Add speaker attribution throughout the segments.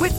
Speaker 1: With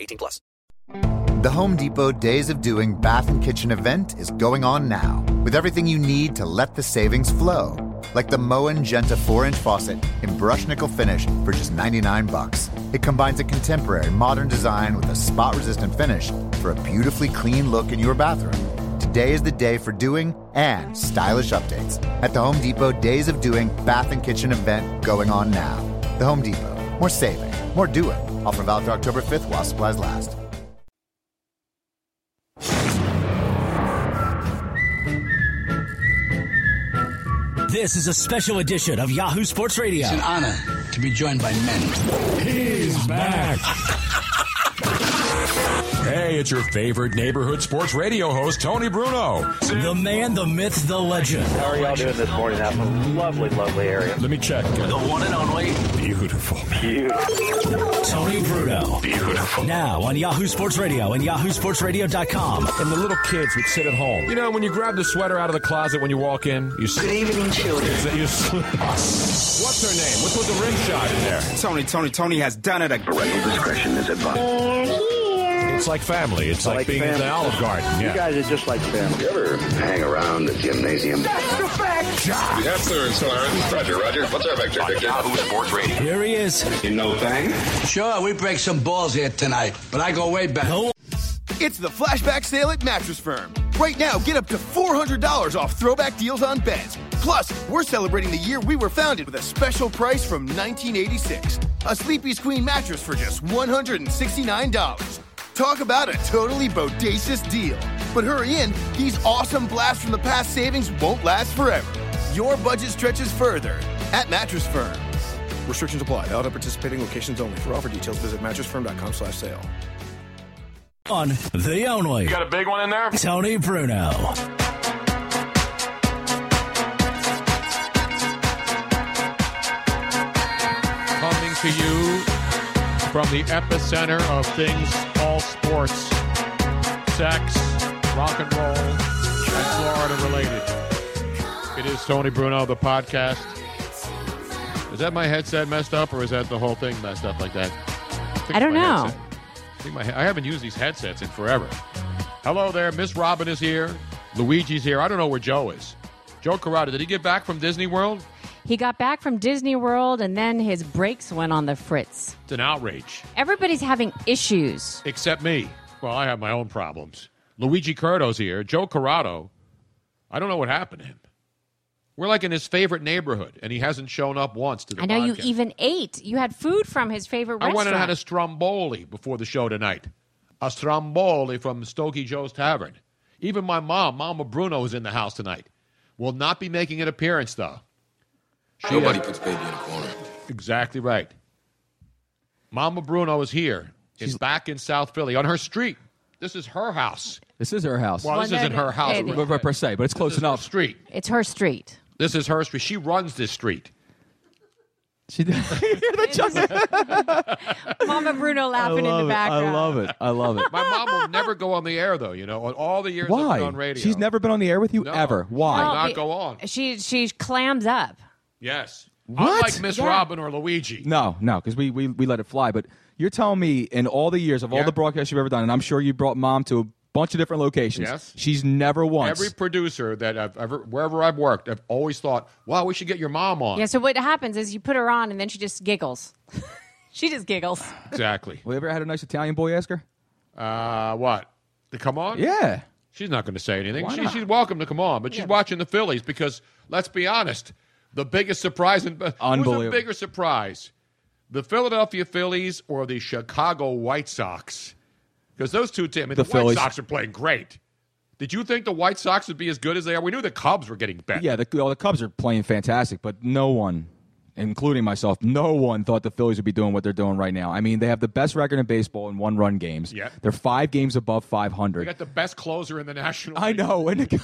Speaker 2: 18 plus.
Speaker 3: The Home Depot Days of Doing Bath and Kitchen event is going on now with everything you need to let the savings flow. Like the Moen Genta 4-inch faucet in brush nickel finish for just 99 bucks. It combines a contemporary modern design with a spot-resistant finish for a beautifully clean look in your bathroom. Today is the day for doing and stylish updates at the Home Depot Days of Doing Bath and Kitchen event going on now. The Home Depot. More saving, more doing. Offer valid through October 5th while supplies last.
Speaker 4: This is a special edition of Yahoo Sports Radio.
Speaker 5: It's an honor to be joined by men.
Speaker 6: He's back. hey, it's your favorite neighborhood sports radio host, Tony Bruno.
Speaker 4: The man, the myth, the legend.
Speaker 7: How are y'all doing this morning out in a lovely, lovely area?
Speaker 6: Let me check.
Speaker 5: The one and only.
Speaker 6: Beautiful.
Speaker 4: Tony Bruno.
Speaker 6: Beautiful.
Speaker 4: Now on Yahoo Sports Radio and yahoosportsradio.com.
Speaker 6: And the little kids would sit at home. You know, when you grab the sweater out of the closet when you walk in, you Good evening, children. You slip. What's her name? What's with the rim shot in there?
Speaker 8: Tony, Tony, Tony has done it again.
Speaker 7: Parental discretion is advised.
Speaker 6: It's like family. It's like,
Speaker 7: like
Speaker 6: being in
Speaker 7: family.
Speaker 6: the Olive Garden. Yeah.
Speaker 7: You guys are just like family.
Speaker 2: You ever hang around the gymnasium?
Speaker 6: Yeah.
Speaker 2: Roger, Roger. What's our vector? Yahoo Sports Radio.
Speaker 4: Here he is.
Speaker 2: You know thing?
Speaker 5: Sure, we break some balls here tonight, but I go way back.
Speaker 8: It's the flashback sale at Mattress Firm. Right now, get up to $400 off throwback deals on beds. Plus, we're celebrating the year we were founded with a special price from 1986. A Sleepy's Queen mattress for just $169. Talk about a totally bodacious deal. But hurry in, these awesome blasts from the past savings won't last forever. Your budget stretches further at Mattress Firm. Restrictions apply. Out at participating locations only. For offer details, visit mattressfirm.com slash sale.
Speaker 4: On the only.
Speaker 6: Got a big one in there?
Speaker 4: Tony Bruno.
Speaker 9: coming to you from the epicenter of things all sports, sex, rock and roll, and Florida related. It is Tony Bruno, the podcast. Is that my headset messed up, or is that the whole thing messed up like that? think
Speaker 10: I don't
Speaker 9: my
Speaker 10: know.
Speaker 9: headset- I, think my, I haven't used these headsets in forever. Hello there, Miss Robin is here. Luigi's here. I don't know where Joe is. Joe Carrata, did he get back from Disney World?
Speaker 10: He got back from Disney World and then his brakes went on the fritz.
Speaker 9: It's an outrage.
Speaker 10: Everybody's having issues.
Speaker 9: except me. Well, I have my own problems. Luigi Curto's here. Joe Corrado. I don't know what happened to him. We're like in his favorite neighborhood, and he hasn't shown up once to the
Speaker 10: I know you
Speaker 9: podcast.
Speaker 10: even ate. You had food from his favorite
Speaker 9: I
Speaker 10: restaurant.
Speaker 9: went and had a stromboli before the show tonight. A stromboli from Stokey Joe's Tavern. Even my mom, Mama Bruno, is in the house tonight. Will not be making an appearance, though. She
Speaker 5: Nobody
Speaker 9: has-
Speaker 5: puts baby in a corner.
Speaker 9: Exactly right. Mama Bruno is here. Is back in South Philly on her street. This is her house.
Speaker 11: This is her house.
Speaker 9: Well,
Speaker 10: Well,
Speaker 9: this
Speaker 10: no,
Speaker 9: isn't
Speaker 10: no,
Speaker 9: her house
Speaker 10: it-
Speaker 11: But- but per se, but it's close
Speaker 9: This is her
Speaker 11: enough.
Speaker 9: street.
Speaker 10: it's her street.
Speaker 9: This is her street. She runs this street.
Speaker 11: She did.
Speaker 10: Mama Bruno laughing in the background.
Speaker 11: I love it. I love it.
Speaker 12: My mom will never go on the air, though. You know, on all the years I've
Speaker 11: Why?
Speaker 12: been on radio,
Speaker 11: She's never been on the air with you ever. Why?
Speaker 12: Will not go on.
Speaker 10: She she clams up.
Speaker 12: Yes.
Speaker 11: What?
Speaker 12: Unlike Miss
Speaker 10: Yeah.
Speaker 12: Robin or Luigi.
Speaker 11: No, Oh, no, because we, we we let it fly. But you're telling me in all the years of all
Speaker 12: Yeah.
Speaker 11: the broadcasts you've ever done, and I'm sure you brought mom to a bunch of different locations.
Speaker 12: Yes.
Speaker 11: She's never once.
Speaker 12: Every producer that I've ever, wherever I've worked, I've always thought, wow, we should get your mom on.
Speaker 10: Yeah. So what happens is you put her on, and then she just giggles. she just giggles.
Speaker 12: Exactly.
Speaker 11: we ever had a nice Italian boy ask her?
Speaker 12: Uh, what? To come on?
Speaker 11: Yeah.
Speaker 12: She's not going to say anything.
Speaker 11: Why
Speaker 12: She,
Speaker 11: not?
Speaker 12: she's welcome to come on, but she's watching the Phillies because, let's be honest, the biggest surprise. In, Unbelievable. Who's a
Speaker 11: Unbelievable.
Speaker 12: bigger surprise? The Philadelphia Phillies or the Chicago White Sox? Because those two teams, I mean,
Speaker 11: The
Speaker 12: the, White
Speaker 11: Phillies.
Speaker 12: Sox are playing great. Did you think the White Sox would be as good as they are? We knew the Cubs were getting better.
Speaker 11: Yeah, the, well, the Cubs are playing fantastic, but no one, including myself, no one thought the Phillies would be doing what they're doing right now. I mean, they have the best record in baseball in one run games.
Speaker 12: Yeah.
Speaker 11: They're five games above
Speaker 12: They
Speaker 11: 500.
Speaker 12: got the best closer in the National
Speaker 11: I
Speaker 12: League.
Speaker 11: know. And the,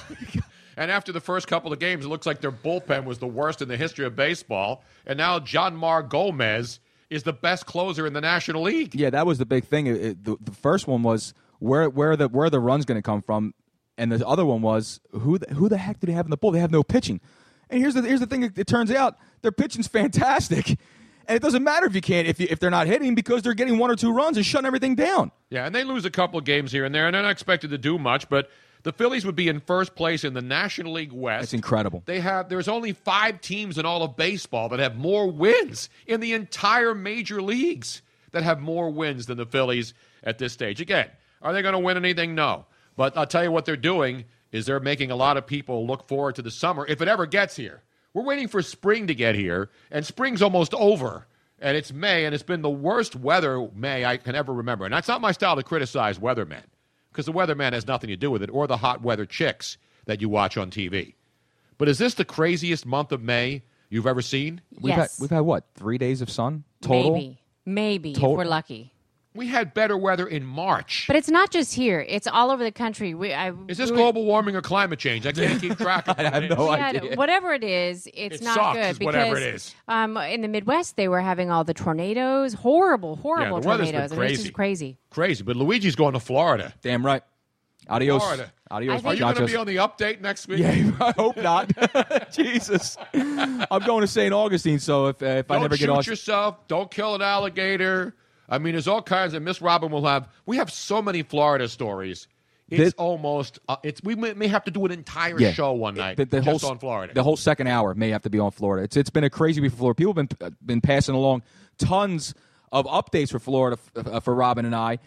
Speaker 12: And after the first couple of games, it looks like their bullpen was the worst in the history of baseball. And now John Mar Gomez is the best closer in the National League.
Speaker 11: yeah, that was the big thing. It- it- the, the first one was where, where, the, where are the run's going to come from? And the other one was who the, who the heck do they have in the bull? They have no pitching. And here's the, here's the thing it, it turns out their pitching's fantastic. And it doesn't matter if you can't, if, you, if they're not hitting because they're getting one or two runs and shutting everything down.
Speaker 12: Yeah, and they lose a couple of games here and there, and they're not expected to do much, but the Phillies would be in first place in the National League West.
Speaker 11: It's incredible.
Speaker 12: They have there's only 5 teams in all of baseball that have more wins in the entire major leagues that have more wins than the Phillies at this stage. Again, are they going to win anything? No. But I'll tell you what they're doing is they're making a lot of people look forward to the summer if it ever gets here. We're waiting for spring to get here, and spring's almost over. And it's May, and it's been the worst weather May I can ever remember. And that's not my style to criticize weathermen, because the weatherman has nothing to do with it, or the hot weather chicks that you watch on TV. But is this the craziest month of May you've ever seen?
Speaker 11: We've
Speaker 10: Yes.
Speaker 11: had we've had what three days of sun total.
Speaker 10: Maybe. Maybe
Speaker 11: Total.
Speaker 10: if we're lucky.
Speaker 12: We had better weather in March.
Speaker 10: But it's not just here. It's all over the country. We, I,
Speaker 12: Is this
Speaker 10: we were-
Speaker 12: global warming or climate change? I can't keep track of it. I have
Speaker 11: no
Speaker 10: Yeah, whatever it is, it's
Speaker 12: It
Speaker 10: not
Speaker 12: sucks,
Speaker 10: good
Speaker 12: is whatever
Speaker 10: because,
Speaker 12: it is.
Speaker 10: Um, in the Midwest, they were having all the tornadoes, horrible, horrible
Speaker 12: the weather's been
Speaker 10: tornadoes. I mean, it's
Speaker 12: crazy.
Speaker 10: just crazy.
Speaker 12: Crazy, but Luigi's going to Florida.
Speaker 11: Damn right. Adios.
Speaker 12: Florida.
Speaker 11: Adios.
Speaker 12: Are you going to be
Speaker 11: muchachos.
Speaker 12: on the update next week?
Speaker 11: Yeah, I hope not. Jesus, I'm going to St. Augustine, so if uh, if I
Speaker 12: Don't
Speaker 11: never
Speaker 12: shoot
Speaker 11: get on,
Speaker 12: yourself. Don't kill an alligator. I mean, there's all kinds. And Miss Robin will have. We have so many Florida stories. It's
Speaker 11: This-
Speaker 12: almost. Uh, it's. We may, may have to do an entire
Speaker 11: Yeah.
Speaker 12: show one night
Speaker 11: the, the whole
Speaker 12: just
Speaker 11: s-
Speaker 12: on Florida.
Speaker 11: the whole second hour may have to be on Florida. It's it's been a crazy week for Florida. People have been uh, been passing along tons of updates for Florida f- uh, for Robin and I,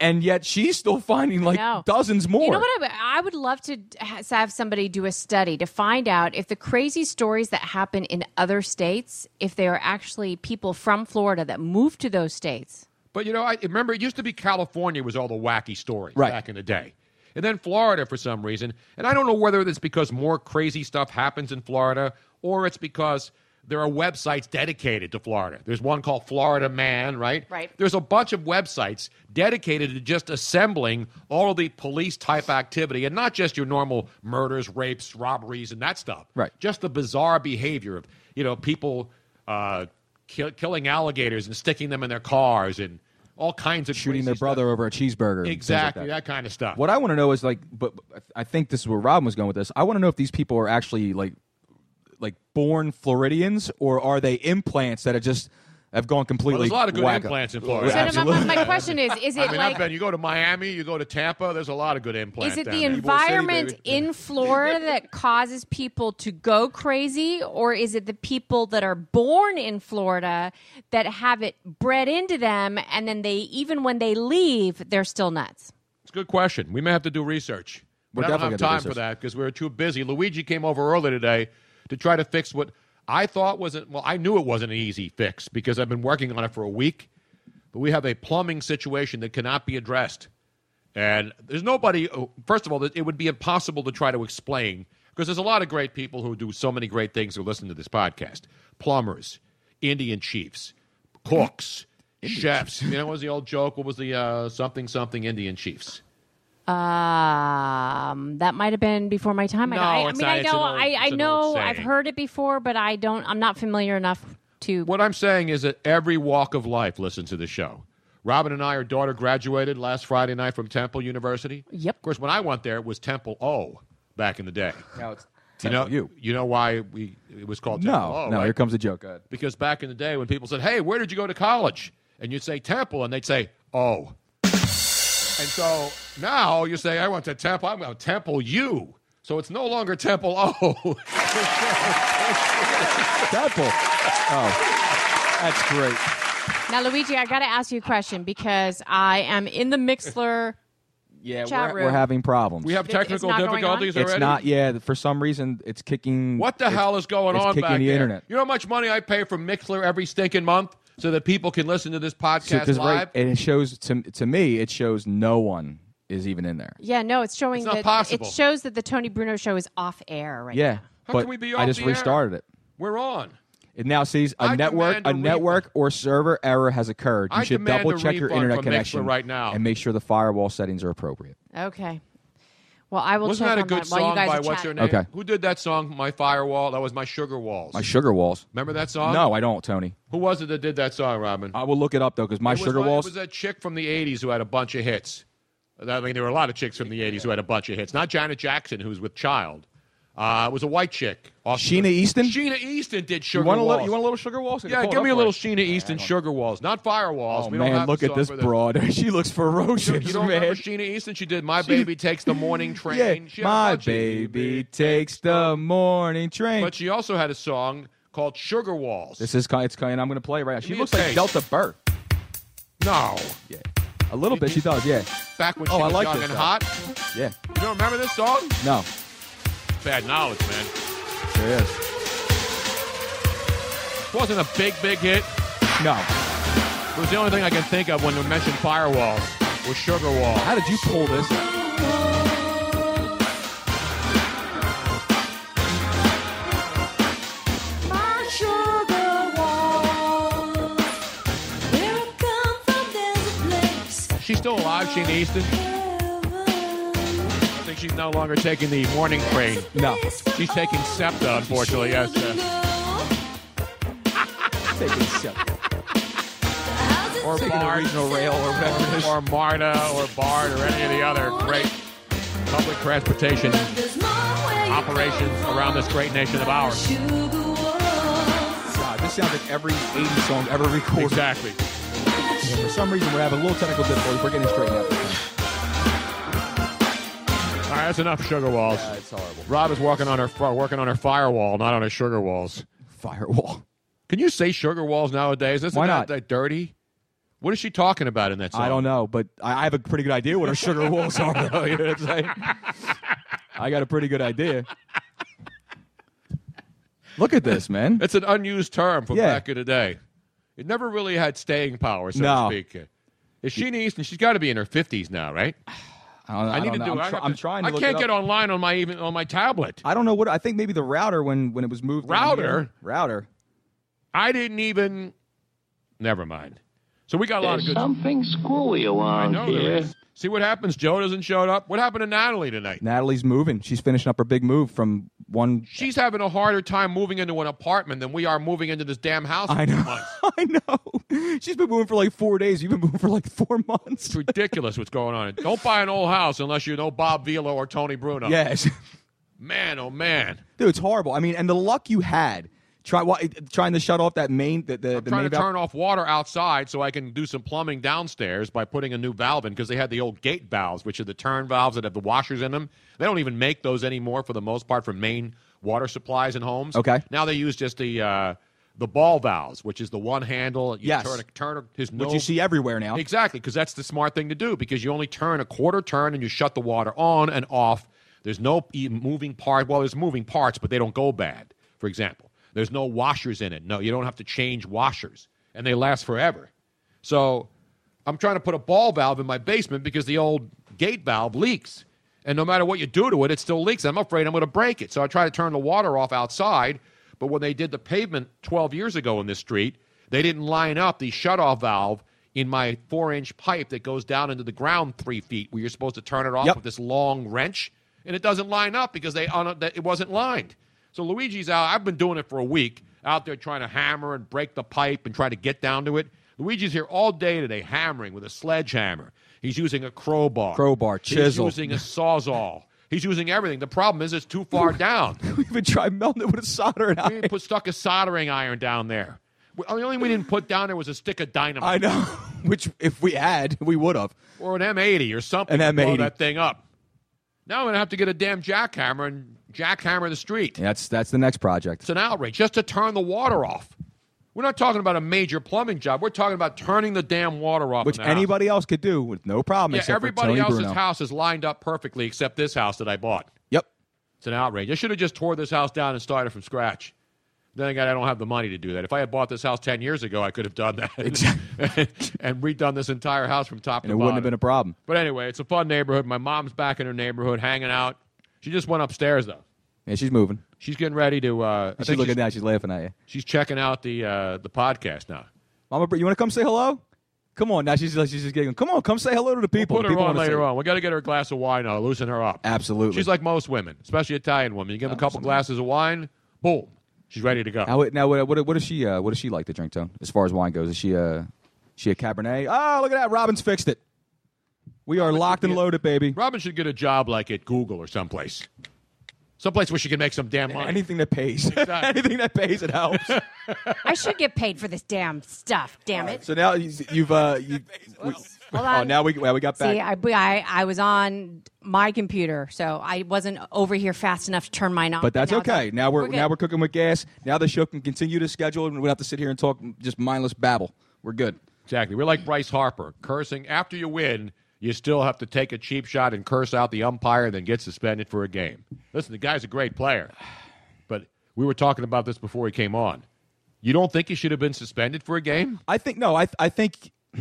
Speaker 11: and yet she's still finding like
Speaker 10: know.
Speaker 11: dozens more.
Speaker 10: You know what? I, I would love to ha- have somebody do a study to find out if the crazy stories that happen in other states, if they are actually people from Florida that moved to those states.
Speaker 12: But you know, I remember it used to be California was all the wacky stories
Speaker 11: Right.
Speaker 12: back in the day. And then Florida for some reason. And I don't know whether it's because more crazy stuff happens in Florida or it's because there are websites dedicated to Florida. There's one called Florida Man, right?
Speaker 10: Right.
Speaker 12: There's a bunch of websites dedicated to just assembling all of the police type activity and not just your normal murders, rapes, robberies, and that stuff.
Speaker 11: Right.
Speaker 12: Just the bizarre behavior of, you know, people uh, kill, killing alligators and sticking them in their cars and all kinds of
Speaker 11: Shooting their brother over a cheeseburger. and things like
Speaker 12: Exactly,
Speaker 11: that.
Speaker 12: that kind of stuff.
Speaker 11: What I want to know is like, but but I think this is where Robin was going with this. I want to know if these people are actually like, like born Floridians or are they implants that are just have gone
Speaker 12: Well,
Speaker 11: completely.
Speaker 12: there's a lot of good
Speaker 11: wacko?
Speaker 12: implants in Florida.
Speaker 11: Yeah,
Speaker 10: So my, my- my question is: Is it
Speaker 12: I mean,
Speaker 10: like
Speaker 12: I've been. You go to Miami, you go to Tampa. There's a lot of good implants.
Speaker 10: Is it
Speaker 12: down
Speaker 10: the
Speaker 12: there.
Speaker 10: environment in Florida that causes people to go crazy, or is it the people that are born in Florida that have it bred into them, and then they, even when they leave, they're still nuts?
Speaker 12: It's a good question. We may have to do research. But
Speaker 11: We're
Speaker 12: I don't have
Speaker 11: definitely gonna do
Speaker 12: time for
Speaker 11: research.
Speaker 12: that because we were too busy. Luigi came over early today to try to fix what I thought wasn't. Well, I knew it wasn't an easy fix because I've been working on it for a week. But we have a plumbing situation that cannot be addressed, and there's nobody. oh, First of all, it would be impossible to try to explain because there's a lot of great people who do so many great things who listen to this podcast: plumbers, Indian chiefs, cooks, chefs. You know, what was the old joke? What was the uh, something something Indian chiefs?
Speaker 10: Um, that might have been before my time. I-
Speaker 12: No,
Speaker 10: I, I
Speaker 12: it's
Speaker 10: mean,
Speaker 12: not.
Speaker 10: I
Speaker 12: It's an
Speaker 10: know,
Speaker 12: old-
Speaker 10: I,
Speaker 12: it's
Speaker 10: I
Speaker 12: an old
Speaker 10: know, I've
Speaker 12: saying.
Speaker 10: heard it before, but I don't. I'm not familiar enough to.
Speaker 12: What I'm saying is that every walk of life listen to the show. Robin and I, our daughter, graduated last Friday night from Temple University. Yep. Of course, when I went there, it was Temple O back in the day.
Speaker 11: Now it's
Speaker 12: You know,
Speaker 11: Temple U.
Speaker 12: you. know why we it was called Temple
Speaker 11: No,
Speaker 12: O?
Speaker 11: no,
Speaker 12: right?
Speaker 11: here comes a joke. Go ahead.
Speaker 12: Because back in the day, when people said, "Hey, where did you go to college?" and you'd say Temple, and they'd say, "Oh." And so now you say, "I went to Temple." I'm going to Temple U. So it's no longer Temple O.
Speaker 11: Temple. Oh, that's great.
Speaker 10: Now, Luigi, I got to ask you a question because I am in the Mixler
Speaker 11: Yeah,
Speaker 10: chat
Speaker 11: we're,
Speaker 10: room.
Speaker 11: we're having problems.
Speaker 12: We have
Speaker 10: It's- it's
Speaker 12: technical
Speaker 10: not going on?
Speaker 12: difficulties
Speaker 11: It's
Speaker 12: already.
Speaker 11: not. Yeah, for some reason it's kicking.
Speaker 12: What the
Speaker 11: it's-
Speaker 12: hell is going
Speaker 11: it's
Speaker 12: on
Speaker 11: Kicking
Speaker 12: back
Speaker 11: the
Speaker 12: there?
Speaker 11: internet.
Speaker 12: You know how much money I pay for Mixler every stinking month so that people can listen to this podcast
Speaker 11: Because
Speaker 12: live?
Speaker 11: right, and it shows to to me, it shows no one is even in there.
Speaker 10: Yeah, no, it's showing
Speaker 12: It's not
Speaker 10: that
Speaker 12: possible.
Speaker 10: it shows that the Tony Bruno show is off air right
Speaker 11: yeah,
Speaker 10: now.
Speaker 12: How
Speaker 11: but
Speaker 12: can we be
Speaker 11: I
Speaker 12: off
Speaker 11: just
Speaker 12: the air?
Speaker 11: restarted it.
Speaker 12: We're on.
Speaker 11: It now sees a
Speaker 12: I
Speaker 11: network,
Speaker 12: demand
Speaker 11: a
Speaker 12: a re-
Speaker 11: network or server error has occurred. You
Speaker 12: I
Speaker 11: should
Speaker 12: demand a
Speaker 11: double check your
Speaker 12: refund
Speaker 11: internet
Speaker 12: from Mixler
Speaker 11: connection
Speaker 12: right now.
Speaker 11: and make sure the firewall settings are appropriate.
Speaker 10: Okay. Well, I will
Speaker 12: Wasn't
Speaker 10: check
Speaker 12: that a
Speaker 10: on
Speaker 12: good
Speaker 10: that while you
Speaker 12: song
Speaker 10: guys
Speaker 12: by
Speaker 10: are
Speaker 12: what's her
Speaker 10: chatting.
Speaker 12: name?
Speaker 11: Okay.
Speaker 12: Who did that song? My firewall. That was my sugar walls.
Speaker 11: My sugar walls.
Speaker 12: Remember that song?
Speaker 11: No, I don't, Tony.
Speaker 12: Who was it that did that song, Robin?
Speaker 11: I will look it up though, because my
Speaker 12: It was
Speaker 11: sugar
Speaker 12: like-
Speaker 11: walls.
Speaker 12: It was that chick from the '80s who had a bunch of hits. I mean, there were a lot of chicks from the '80s who had a bunch of hits. Not Janet Jackson, who was with Child. Uh, it was a white chick. Sheena
Speaker 11: Easton.
Speaker 12: Sheena Easton did
Speaker 11: you
Speaker 12: sugar
Speaker 11: want a
Speaker 12: walls.
Speaker 11: little? You want a little sugar walls? I can
Speaker 12: Yeah,
Speaker 11: pull it
Speaker 12: give
Speaker 11: up
Speaker 12: me a
Speaker 11: for
Speaker 12: little
Speaker 11: you.
Speaker 12: Sheena Easton sugar walls, not fire walls.
Speaker 11: Oh
Speaker 12: we don't
Speaker 11: man,
Speaker 12: have
Speaker 11: look
Speaker 12: the
Speaker 11: at
Speaker 12: song
Speaker 11: this
Speaker 12: for
Speaker 11: broad. she looks
Speaker 12: You don't,
Speaker 11: ferocious,
Speaker 12: you don't
Speaker 11: man.
Speaker 12: remember Sheena Easton? She did "My Baby Takes the Morning Train." She
Speaker 11: Yeah,
Speaker 12: had a
Speaker 11: my
Speaker 12: bunch of-
Speaker 11: baby takes the morning train.
Speaker 12: But she also had a song called "Sugar Walls."
Speaker 11: This is kind. It's kind. I'm gonna play it right now. She
Speaker 12: Give me a
Speaker 11: looks like
Speaker 12: taste.
Speaker 11: Delta Burr.
Speaker 12: No,
Speaker 11: Yeah, a little bit. She does. Yeah.
Speaker 12: back when
Speaker 11: Oh,
Speaker 12: she
Speaker 11: I
Speaker 12: was
Speaker 11: like
Speaker 12: young
Speaker 11: this
Speaker 12: and
Speaker 11: song.
Speaker 12: hot.
Speaker 11: Yeah.
Speaker 12: You don't remember this song?
Speaker 11: No.
Speaker 12: Bad knowledge, man.
Speaker 11: There is.
Speaker 12: Wasn't a big, big hit.
Speaker 11: No.
Speaker 12: It was the only thing I can think of when we mentioned firewalls was sugar wall.
Speaker 11: How did you pull this?
Speaker 13: My sugar walls, where I come from, there's a place.
Speaker 12: She's still alive, Sheena Easton. I think she's no longer taking the morning train.
Speaker 11: No.
Speaker 12: She's taking SEPTA, unfortunately. Yes. yes.
Speaker 11: Taking sip.
Speaker 12: Or
Speaker 11: Taking a
Speaker 12: Bard.
Speaker 11: regional rail or whatever it is.
Speaker 12: Or MARTA or BARD or any of the other great public transportation operations around this great nation of ours.
Speaker 11: God, this sounds like every 80s song ever recorded.
Speaker 12: Exactly.
Speaker 11: Yeah, for some reason, we're having a little technical difficulty. We're getting straightened out.
Speaker 12: All right, that's enough sugar walls.
Speaker 11: Yeah, it's horrible.
Speaker 12: Rob is working on her fi- working on her firewall, not on her sugar walls.
Speaker 11: Firewall.
Speaker 12: Can you say sugar walls nowadays? Isn't
Speaker 11: Why
Speaker 12: that,
Speaker 11: not?
Speaker 12: that dirty? What is she talking about in that song?
Speaker 11: I don't know, but I, I have a pretty good idea what our sugar walls are. Though, you know what I'm saying? I got a pretty good idea. Look at this, man.
Speaker 12: It's an unused term from
Speaker 11: Yeah.
Speaker 12: back in the day. It never really had staying power, so
Speaker 11: No.
Speaker 12: to speak. Is Sheena Easton? She's got to be in her fifties now, right?
Speaker 11: I, don't, I
Speaker 12: need
Speaker 11: don't
Speaker 12: to
Speaker 11: know.
Speaker 12: do.
Speaker 11: I'm,
Speaker 12: it. I
Speaker 11: try-
Speaker 12: have
Speaker 11: I'm trying. To
Speaker 12: I
Speaker 11: look
Speaker 12: can't
Speaker 11: it
Speaker 12: get
Speaker 11: up.
Speaker 12: online on my even on my tablet.
Speaker 11: I don't know what. I think maybe the router when when it was moved. down here-
Speaker 12: Router?
Speaker 11: Router.
Speaker 12: I didn't even. Never mind. So we got a lot of good.
Speaker 7: Something squirrely
Speaker 12: I
Speaker 7: along
Speaker 12: know there is. See what happens. Joe doesn't show up. What happened to Natalie tonight?
Speaker 11: Natalie's moving. She's finishing up her big move from one.
Speaker 12: She's having a harder time moving into an apartment than we are moving into this damn house.
Speaker 11: I
Speaker 12: in two
Speaker 11: know.
Speaker 12: months.
Speaker 11: I know. She's been moving for like four days. You've been moving for like four months.
Speaker 12: It's ridiculous what's going on. Don't buy an old house unless you know Bob Vila or Tony Bruno.
Speaker 11: Yes.
Speaker 12: Man, oh man.
Speaker 11: Dude, it's horrible. I mean, and the luck you had try why, trying to shut off that main the the, the
Speaker 12: trying
Speaker 11: main
Speaker 12: to
Speaker 11: valve-
Speaker 12: turn off water outside so I can do some plumbing downstairs by putting a new valve in because they had the old gate valves, which are the turn valves that have the washers in them. They don't even make those anymore for the most part for main water supplies in homes.
Speaker 11: Okay.
Speaker 12: Now they use just the uh, the ball valves, which is the one handle. You
Speaker 11: Yes.
Speaker 12: Turn, a, turn a- his
Speaker 11: which
Speaker 12: no-
Speaker 11: you see everywhere now.
Speaker 12: Exactly, because that's the smart thing to do because you only turn a quarter turn and you shut the water on and off. There's no e- moving part. Well, there's moving parts, but they don't go bad. For example, there's no washers in it. No, you don't have to change washers, and they last forever. So I'm trying to put a ball valve in my basement because the old gate valve leaks. And no matter what you do to it, it still leaks. I'm afraid I'm going to break it. So I try to turn the water off outside. But when they did the pavement 12 years ago in this street, they didn't line up the shutoff valve in my four inch pipe that goes down into the ground three feet where you're supposed to turn it off
Speaker 11: Yep.
Speaker 12: with this long wrench. uh, And it doesn't line up because they un- that it wasn't lined. So Luigi's out. I've been doing it for a week. out there trying to hammer and break the pipe and try to get down to it. Luigi's here all day today hammering with a sledgehammer. He's using a crowbar.
Speaker 11: Crowbar, chisel.
Speaker 12: He's using a sawzall. He's using everything. The problem is it's too far down.
Speaker 11: we even tried melting it with a soldering iron.
Speaker 12: We even put stuck a soldering iron down there. We- The only thing we didn't put down there was a stick of dynamite.
Speaker 11: I know. Which, if we had, we would have.
Speaker 12: Or an M80 or something.
Speaker 11: An
Speaker 12: to blow
Speaker 11: M80.
Speaker 12: that thing up. Now I'm going to have to get a damn jackhammer and jackhammer the street.
Speaker 11: That's that's the next project.
Speaker 12: It's an outrage just to turn the water off. We're not talking about a major plumbing job. We're talking about turning the damn water off.
Speaker 11: Which
Speaker 12: in the house.
Speaker 11: anybody else could do with no problem.
Speaker 12: Yeah,
Speaker 11: except for
Speaker 12: everybody
Speaker 11: Tony
Speaker 12: else's
Speaker 11: Bruno.
Speaker 12: house is lined up perfectly except this house that I bought.
Speaker 11: Yep.
Speaker 12: It's an outrage. I should have just tore this house down and started from scratch. Then again, I don't have the money to do that. If I had bought this house 10 years ago, I could have done that and redone this entire house from top
Speaker 11: And
Speaker 12: to
Speaker 11: it
Speaker 12: bottom.
Speaker 11: wouldn't have been a problem.
Speaker 12: But anyway, it's a fun neighborhood. My mom's back in her neighborhood hanging out. She just went upstairs, though.
Speaker 11: Yeah, she's moving.
Speaker 12: She's getting ready to. Uh, I
Speaker 11: She's
Speaker 12: think
Speaker 11: looking
Speaker 12: she's,
Speaker 11: down. She's laughing at you.
Speaker 12: she's checking out the, uh, the podcast now.
Speaker 11: Mama, Bri- you want to come say hello? Come on. Now she's like, she's just giggling. Come on, come say hello to the people.
Speaker 12: Put her
Speaker 11: people
Speaker 12: on
Speaker 11: wanna
Speaker 12: later
Speaker 11: see-
Speaker 12: on. We got to get her a glass of wine. I'll loosen her up.
Speaker 11: Absolutely.
Speaker 12: She's like most women, especially Italian women. You give them a couple glasses of wine, boom, she's ready to go.
Speaker 11: Now, what- now what, what, what does she uh, what does she like to drink, Tone? As far as wine goes, is she a she a Cabernet? Oh, look at that! Robin's fixed it. We are locked and loaded, baby.
Speaker 12: Robin should get a job like at Google or someplace, someplace where she can make some damn money.
Speaker 11: Anything that pays,
Speaker 12: Exactly.
Speaker 11: anything that pays, it helps.
Speaker 10: I should get paid for this damn stuff. Damn it.
Speaker 11: so now you- you've uh, you, we,
Speaker 10: Hold
Speaker 11: oh
Speaker 10: on.
Speaker 11: now we well, we got back.
Speaker 10: See, I, I I was on my computer, so I wasn't over here fast enough to turn mine off.
Speaker 11: but that's
Speaker 10: Now it's
Speaker 11: okay.
Speaker 10: like-
Speaker 11: Now we're,
Speaker 10: good.
Speaker 11: now we're cooking with gas. Now the show can continue to schedule, and we don't have to sit here and talk just mindless babble. We're good.
Speaker 12: Exactly. We're like Bryce Harper cursing after you win. You still have to take a cheap shot and curse out the umpire, and then get suspended for a game. Listen, the guy's a great player, but we were talking about this before he came on. You don't think he should have been suspended for a game?
Speaker 11: I think no. I I think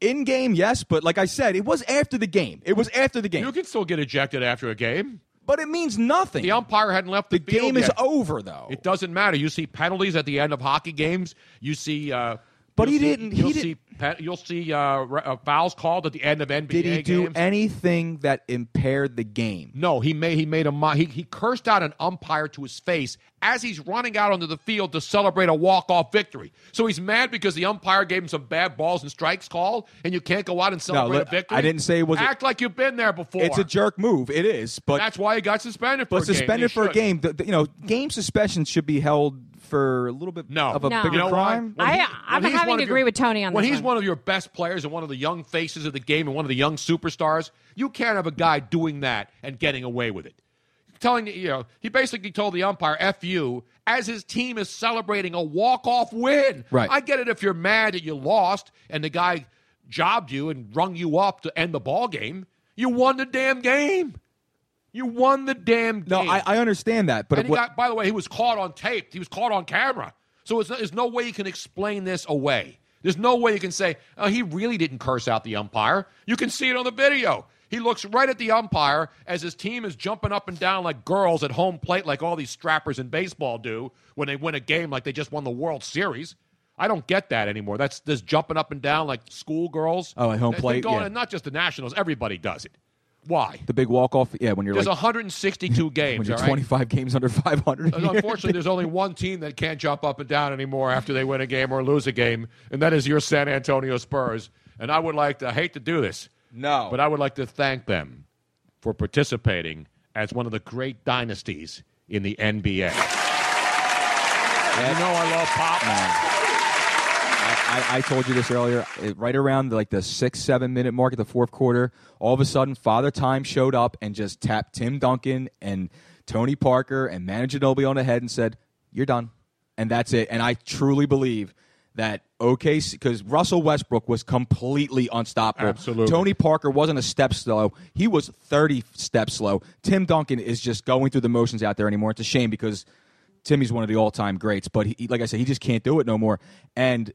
Speaker 11: in game yes, but like I said, it was after the game. It was after the game.
Speaker 12: You can still get ejected after a game.
Speaker 11: But it means nothing.
Speaker 12: The umpire hadn't left the, field
Speaker 11: game is
Speaker 12: yet.
Speaker 11: over, though.
Speaker 12: It doesn't matter. You see penalties at the end of hockey games. You see, uh,
Speaker 11: But he
Speaker 12: you'll see-
Speaker 11: didn't- he
Speaker 12: You'll
Speaker 11: didn't-
Speaker 12: see. Pe- you'll see uh, re- uh, fouls called at the end of NBA
Speaker 11: Did he do
Speaker 12: games.
Speaker 11: anything that impaired the game?
Speaker 12: no, he made he made a mo- he, he cursed out an umpire to his face as he's running out onto the field to celebrate a walk off victory. So he's mad because the umpire gave him some bad balls and strikes called, and you can't go out and celebrate
Speaker 11: look,
Speaker 12: a victory.
Speaker 11: I didn't say it was a-
Speaker 12: act like you've been there before.
Speaker 11: It's a jerk move. It is, but
Speaker 12: That's why he got suspended for
Speaker 11: but
Speaker 12: a game.
Speaker 11: suspended
Speaker 12: He
Speaker 11: for a
Speaker 12: should.
Speaker 11: game. The, the- you know, game suspensions should be held for a little bit
Speaker 12: No,
Speaker 11: of a
Speaker 10: No.
Speaker 11: bigger
Speaker 10: You know
Speaker 12: why?
Speaker 11: crime.
Speaker 12: When
Speaker 10: I-
Speaker 12: he-
Speaker 10: I'm
Speaker 12: when he's
Speaker 10: having
Speaker 12: one
Speaker 10: to
Speaker 12: of your-
Speaker 10: agree with Tony on
Speaker 12: when
Speaker 10: this
Speaker 12: he's
Speaker 10: one.
Speaker 12: one of your best players and one of the young faces of the game and one of the young superstars, you can't have a guy doing that and getting away with it. Telling you know, he basically told the umpire "f you" as his team is celebrating a walk-off win.
Speaker 11: Right.
Speaker 12: I get it if you're mad that you lost and the guy jobbed you and rung you up to end the ball game. You won the damn game. You won the damn
Speaker 11: No,
Speaker 12: game.
Speaker 11: I, I understand that, but
Speaker 12: And he
Speaker 11: what,
Speaker 12: got, by the way, he was caught on tape. He was caught on camera. So it's, there's no way you can explain this away. There's no way you can say, oh, he really didn't curse out the umpire. You can see it on the video. He looks right at the umpire as his team is jumping up and down like girls at home plate, like all these strappers in baseball do when they win a game like they just won the World Series. I don't get that anymore. That's this jumping up and down like schoolgirls.
Speaker 11: Oh, at home
Speaker 12: They've been
Speaker 11: plate,
Speaker 12: going-
Speaker 11: yeah.
Speaker 12: and Not just the Nationals, everybody does it. Why?
Speaker 11: the big walk off. Yeah, when you're
Speaker 12: There's
Speaker 11: like
Speaker 12: 162 games.
Speaker 11: when you're
Speaker 12: all right?
Speaker 11: 25 games under 500.
Speaker 12: And unfortunately, there's only one team that can't jump up and down anymore after they win a game or lose a game, and that is your San Antonio Spurs. And I would like to I hate to do this,
Speaker 11: no,
Speaker 12: but I would like to thank them for participating as one of the great dynasties in the NBA. You know I love pop.
Speaker 11: I, I told you this earlier. it- Right around like the six, seven minute mark of the fourth quarter, all of a sudden, Father Time showed up and just tapped Tim Duncan and Tony Parker and Manager Noble on the head and said, "You're done," and that's it. And I truly believe that OKC because Russell Westbrook was completely unstoppable.
Speaker 12: Absolutely.
Speaker 11: Tony Parker wasn't a step slow. He was thirty steps slow. Tim Duncan is just going through the motions out there anymore. It's a shame because. Timmy's one of the all-time greats, but he, like I said, he just can't do it no more. And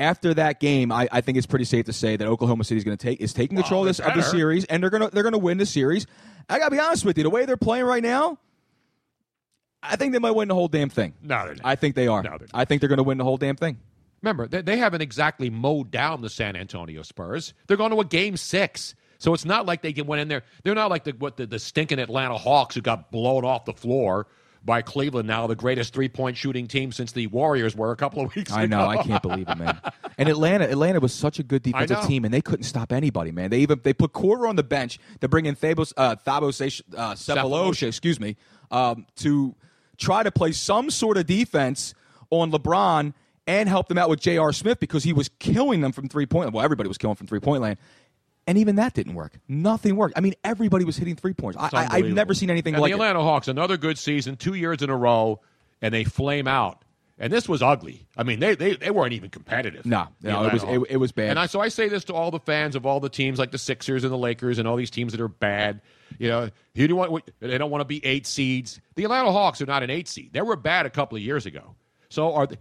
Speaker 11: after that game, I, I think it's pretty safe to say that Oklahoma City's going to take is taking control of this of the
Speaker 12: Oh, better.
Speaker 11: series, and they're going to they're going to win the series. I got to be honest with you, the way they're playing right now, I think they might win the whole damn thing.
Speaker 12: No, they're not.
Speaker 11: I think they are.
Speaker 12: No, they're
Speaker 11: I think they're going to win the whole damn thing.
Speaker 12: Remember, they, they haven't exactly mowed down the San Antonio Spurs. They're going to a game six. So it's not like they get- went in there. They're not like the, what the, the stinking Atlanta Hawks who got blown off the floor by Cleveland now, the greatest three point shooting team since the Warriors were a couple of weeks
Speaker 11: I
Speaker 12: ago.
Speaker 11: know. I can't believe it, man. And Atlanta, Atlanta was such a good defensive
Speaker 12: know.
Speaker 11: team, and they couldn't stop anybody, man. They even they put Cora on the bench to bring in Thabos, uh, Thabos uh, Cephalosha, excuse me, um, to try to play some sort of defense on LeBron and help them out with J.R. Smith because he was killing them from three point. Well, everybody was killing from three point land. And even that didn't work. Nothing worked. I mean, everybody was hitting three points. I,
Speaker 12: It's
Speaker 11: I, I've
Speaker 12: unbelievable.
Speaker 11: never seen anything
Speaker 12: and
Speaker 11: like
Speaker 12: the
Speaker 11: it.
Speaker 12: Atlanta Hawks. Another good season, two years in a row, and they flame out. And this was ugly. I mean, they they, they weren't even competitive.
Speaker 11: No,
Speaker 12: the
Speaker 11: no, it
Speaker 12: Atlanta
Speaker 11: was it,
Speaker 12: Hawks.
Speaker 11: it was bad.
Speaker 12: And I, so I say this to all the fans of all the teams like the Sixers and the Lakers and all these teams that are bad. You know, you don't want, they don't want to be eight seeds. The Atlanta Hawks are not an eight seed. They were bad a couple of years ago. So are the,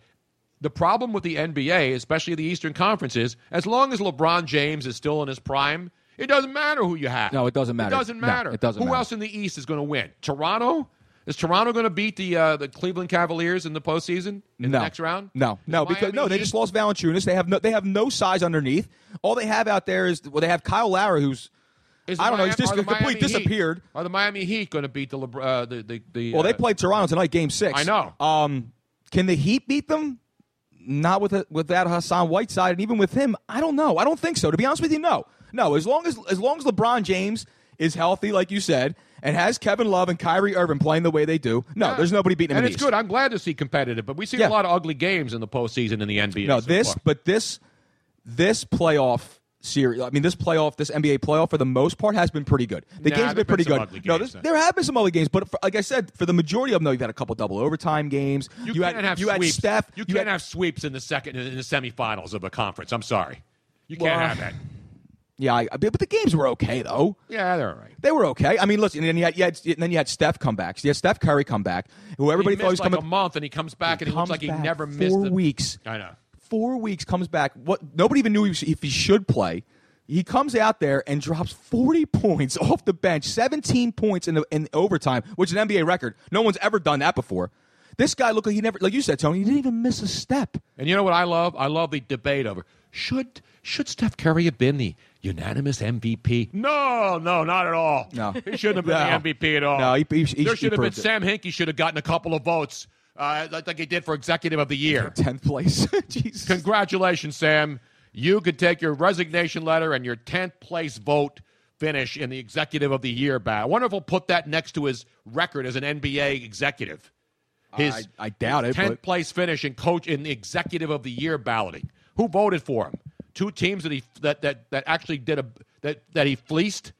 Speaker 12: the problem with the NBA, especially the Eastern Conference, is as long as LeBron James is still in his prime, it doesn't matter who you have.
Speaker 11: No, it doesn't matter.
Speaker 12: It doesn't
Speaker 11: No,
Speaker 12: matter.
Speaker 11: it doesn't
Speaker 12: who
Speaker 11: matter.
Speaker 12: else in the East is going to win? Toronto. Is Toronto going to beat the uh, the Cleveland Cavaliers in the postseason in
Speaker 11: no.
Speaker 12: the next round?
Speaker 11: No, no, because no, they just lost Valanciunas. They have no, they have no size underneath. All they have out there is well, they have Kyle Lowry, who's
Speaker 12: Is the
Speaker 11: I don't know, he's
Speaker 12: Miami-
Speaker 11: just
Speaker 12: are the
Speaker 11: complete
Speaker 12: Miami Heat-
Speaker 11: disappeared.
Speaker 12: are the Miami Heat going to beat the, Lebr- uh, the the the?
Speaker 11: Well,
Speaker 12: uh,
Speaker 11: they played Toronto tonight, Game Six.
Speaker 12: I know.
Speaker 11: Um, can the Heat beat them? Not with with that Hassan Whiteside, and even with him, I don't know. I don't think so. To be honest with you, no, no. As long as as long as LeBron James is healthy, like you said, and has Kevin Love and Kyrie Irving playing the way they do, no, there's nobody beating them.
Speaker 12: and
Speaker 11: in the
Speaker 12: it's
Speaker 11: East.
Speaker 12: good. I'm glad to see competitive, but we've seen
Speaker 11: Yeah.
Speaker 12: a lot of ugly games in the postseason in the NBA.
Speaker 11: No,
Speaker 12: so
Speaker 11: this,
Speaker 12: far.
Speaker 11: but this, this playoff series. I mean, this playoff, this NBA playoff, for the most part, has been pretty good. The game's
Speaker 12: Nah, there've
Speaker 11: been pretty
Speaker 12: been some
Speaker 11: good.
Speaker 12: ugly
Speaker 11: no,
Speaker 12: games,
Speaker 11: there's-
Speaker 12: though.
Speaker 11: there have been some ugly games, but for, like I said, for the majority of them, though, you've had a couple double overtime games.
Speaker 12: you,
Speaker 11: had
Speaker 12: can't have
Speaker 11: you
Speaker 12: sweeps.
Speaker 11: had Steph.
Speaker 12: you, can't have sweeps in the second in the semifinals of a conference. I'm sorry, you can't
Speaker 11: Well,
Speaker 12: have that.
Speaker 11: Yeah, I, but the games were okay though.
Speaker 12: Yeah, they're all right.
Speaker 11: They were okay. I mean, listen, and then you had, you had and then you had Steph come back. So you had Steph Curry come back, who everybody
Speaker 12: he
Speaker 11: thought was
Speaker 12: missed like
Speaker 11: coming
Speaker 12: a month, and he comes back, and he looks
Speaker 11: comes
Speaker 12: like he
Speaker 11: back
Speaker 12: never
Speaker 11: four
Speaker 12: missed a-
Speaker 11: weeks.
Speaker 12: I know.
Speaker 11: four weeks, comes back. What nobody even knew he was- if he should play. He comes out there and drops 40 points off the bench, 17 points in, the, in overtime, which is an NBA record. No one's ever done that before. This guy looked like he never, like you said, Tony, he didn't even miss a step.
Speaker 12: And you know what I love? I love the debate over should should Steph Curry have been the unanimous MVP? No, no, not at all. No, he shouldn't have
Speaker 11: No.
Speaker 12: been the MVP at all.
Speaker 11: No, he- he- he-
Speaker 12: there
Speaker 11: he
Speaker 12: should have been
Speaker 11: proved it.
Speaker 12: Sam Hinkie should have gotten a couple of votes, uh, like, like he did for Executive of the Year,
Speaker 11: tenth place. Jesus,
Speaker 12: congratulations, Sam. You could take your resignation letter and your tenth place vote finish in the Executive of the Year battle. I wonder if we'll put that next to his record as an NBA executive. His
Speaker 11: I, I doubt it.
Speaker 12: tenth
Speaker 11: but-
Speaker 12: place finish in coach in the executive of the year balloting. Who voted for him? Two teams that he that that, that actually did a that that he fleeced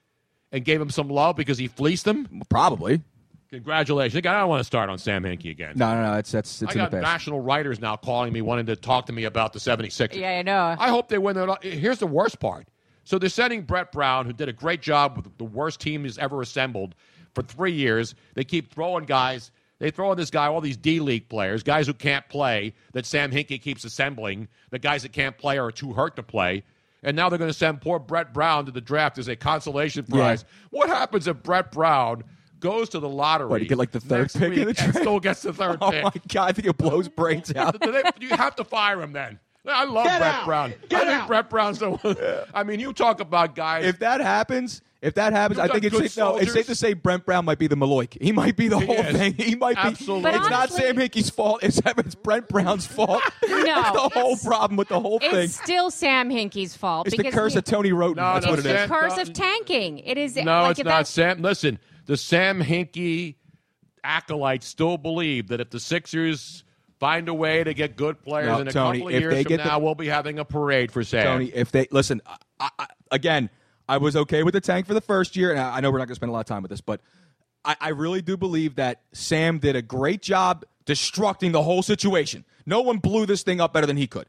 Speaker 12: and gave him some love because he fleeced them.
Speaker 11: Probably.
Speaker 12: Congratulations! Again, I don't want to start on Sam Hinkie again.
Speaker 11: no, no, no. That's that's it's
Speaker 12: I
Speaker 11: in the
Speaker 12: got
Speaker 11: past.
Speaker 12: national writers now calling me wanting to talk to me about the 76ers.
Speaker 10: Yeah, I know.
Speaker 12: I hope they win. Their, here's the worst part. So they're sending Brett Brown, who did a great job with the worst team he's ever assembled for three years. They keep throwing guys. They throw in this guy, all these D League players, guys who can't play that Sam Hinkie keeps assembling. The guys that can't play or are too hurt to play. And now they're going to send poor Brett Brown to the draft as a consolation
Speaker 11: Yeah.
Speaker 12: prize. What happens if Brett Brown goes to the lottery?
Speaker 11: What, you get like the third
Speaker 12: next
Speaker 11: pick in the
Speaker 12: week and
Speaker 11: draft?
Speaker 12: still gets the third
Speaker 11: oh
Speaker 12: pick?
Speaker 11: my god, I think it blows brains out.
Speaker 12: Do they- you have to fire him then. I love
Speaker 11: Get
Speaker 12: Brett
Speaker 11: out.
Speaker 12: Brown. I think Brett Brown's the one. I mean, you talk about guys.
Speaker 11: if that happens, if that happens,
Speaker 12: You've
Speaker 11: I think
Speaker 12: got
Speaker 11: it's
Speaker 12: good
Speaker 11: safe, no, it's
Speaker 12: soldiers.
Speaker 11: safe to say Brent Brown might be the Maloik. He might be the
Speaker 12: He
Speaker 11: whole
Speaker 12: is.
Speaker 11: thing. He might
Speaker 12: Absolutely.
Speaker 11: be.
Speaker 12: But
Speaker 11: It's not
Speaker 12: honestly-
Speaker 11: Sam Hickey's fault. It's, it's Brent Brown's fault.
Speaker 10: No,
Speaker 11: That's the whole
Speaker 10: it's-
Speaker 11: problem with the whole thing.
Speaker 10: Oh. It's still Sam Hinkie's fault.
Speaker 11: It's the
Speaker 10: because
Speaker 11: curse
Speaker 10: he-
Speaker 11: of Tony Roten. That's
Speaker 12: no,
Speaker 11: what it
Speaker 12: Sam-
Speaker 11: is.
Speaker 12: Curse
Speaker 10: curse of tanking. It is
Speaker 12: no,
Speaker 10: like
Speaker 12: it's
Speaker 10: if
Speaker 12: not
Speaker 10: that's-
Speaker 12: Sam. Listen, the Sam Hinkie acolytes still believe that if the Sixers find a way to get good players
Speaker 11: No,
Speaker 12: in a
Speaker 11: Tony,
Speaker 12: couple of
Speaker 11: if
Speaker 12: years
Speaker 11: they
Speaker 12: from
Speaker 11: get the-
Speaker 12: now, we'll be having a parade for Sam.
Speaker 11: Tony, if they listen, I, I, I- again, I was okay with the tank for the first year, and I, I know we're not going to spend a lot of time with this, but I, I really do believe that Sam did a great job destructing the whole situation. No one blew this thing up better than he could.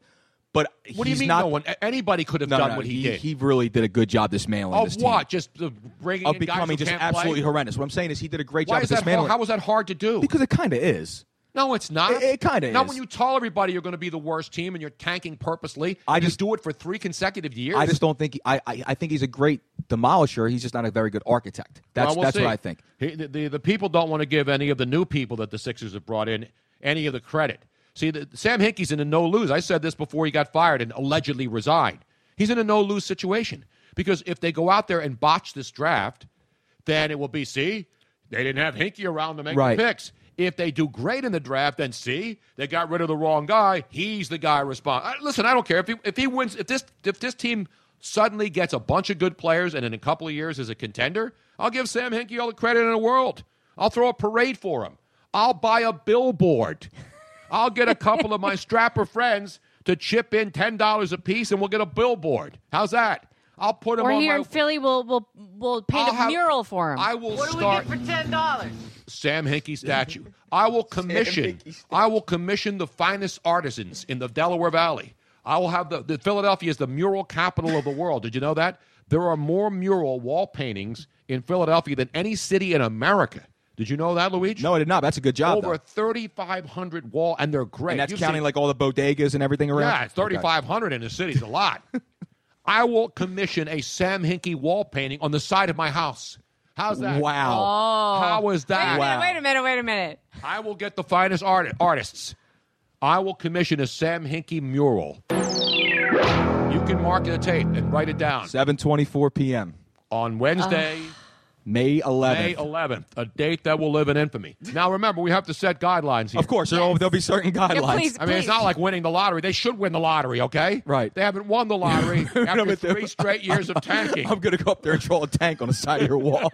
Speaker 11: But
Speaker 12: What do you
Speaker 11: he's
Speaker 12: mean
Speaker 11: not
Speaker 12: no one? A- Anybody could have
Speaker 11: No, no,
Speaker 12: done
Speaker 11: no,
Speaker 12: what he, did.
Speaker 11: He really did a good job dismantling
Speaker 12: of
Speaker 11: this team.
Speaker 12: what? Just the bringing
Speaker 11: Of
Speaker 12: in guys who
Speaker 11: becoming just
Speaker 12: can't
Speaker 11: absolutely
Speaker 12: play?
Speaker 11: horrendous. What I'm saying is he did a great
Speaker 12: Why
Speaker 11: job
Speaker 12: is
Speaker 11: of
Speaker 12: that? Hard?
Speaker 11: dismantling.
Speaker 12: How was that hard to do?
Speaker 11: because it kind of is.
Speaker 12: No, it's not.
Speaker 11: It- it kinda
Speaker 12: Now,
Speaker 11: is.
Speaker 12: when you tell everybody you're going to be the worst team and you're tanking purposely,
Speaker 11: I
Speaker 12: and you
Speaker 11: just-
Speaker 12: do it for three consecutive years.
Speaker 11: I just don't think he, I, I I think he's a great demolisher. He's just not a very good architect. That's
Speaker 12: Well, we'll
Speaker 11: that's
Speaker 12: see.
Speaker 11: what I think.
Speaker 12: He- the, the, the people don't want to give any of the new people that the Sixers have brought in any of the credit. See, the, Sam Hinkie's in a no lose. I said this before he got fired and allegedly resigned. He's in a no lose situation because if they go out there and botch this draft, then it will be see they didn't have Hinkie around to make
Speaker 11: Right.
Speaker 12: the picks. If they do great in the draft, then see they got rid of the wrong guy. He's the guy responsible. Listen, I don't care if he if he wins if this if this team suddenly gets a bunch of good players and in a couple of years is a contender. I'll give Sam Hinkie all the credit in the world. I'll throw a parade for him. I'll buy a billboard. I'll get a couple of my strapper friends to chip in ten dollars a piece, and we'll get a billboard. How's that? I'll put him
Speaker 10: Or
Speaker 12: on
Speaker 10: here
Speaker 12: my
Speaker 10: in Philly, we'll we'll we'll paint
Speaker 12: I'll
Speaker 10: a
Speaker 12: have-
Speaker 10: mural for him.
Speaker 12: I will What do we get start-
Speaker 10: for ten dollars?
Speaker 12: Sam Hinkie statue. I will commission. I will commission the finest artisans in the Delaware Valley. I will have the, the Philadelphia is the mural capital of the world. Did you know that there are more mural wall paintings in Philadelphia than any city in America? Did you know that, Luigi? No,
Speaker 11: I did not. That's a good job.
Speaker 12: Over 3,500 wall, and they're
Speaker 11: though.
Speaker 12: great.
Speaker 11: and that's
Speaker 12: You've
Speaker 11: counting
Speaker 12: seen-
Speaker 11: like all the bodegas and everything around.
Speaker 12: yeah, it's
Speaker 11: Okay.
Speaker 12: 3,500 in the city's a lot. I will commission a Sam Hinkie wall painting on the side of my house. How's that?
Speaker 10: Oh.
Speaker 12: How is that?
Speaker 10: Wait a minute, wait a minute, wait a minute.
Speaker 12: I will get the finest art- artists. I will commission a Sam Hinkie mural. You can mark the tape and write it down.
Speaker 11: 7:24 p.m.
Speaker 12: on Wednesday,
Speaker 11: May 11th.
Speaker 12: May 11th, a date that will live in infamy. Now, remember, we have to set guidelines here.
Speaker 11: Of course, there'll, there'll be certain guidelines.
Speaker 12: I mean, it's not like winning the lottery. They should win the lottery, okay? Right. They haven't won the lottery after three straight years of tanking.
Speaker 11: I'm going to go up there and draw a tank on the side of your wall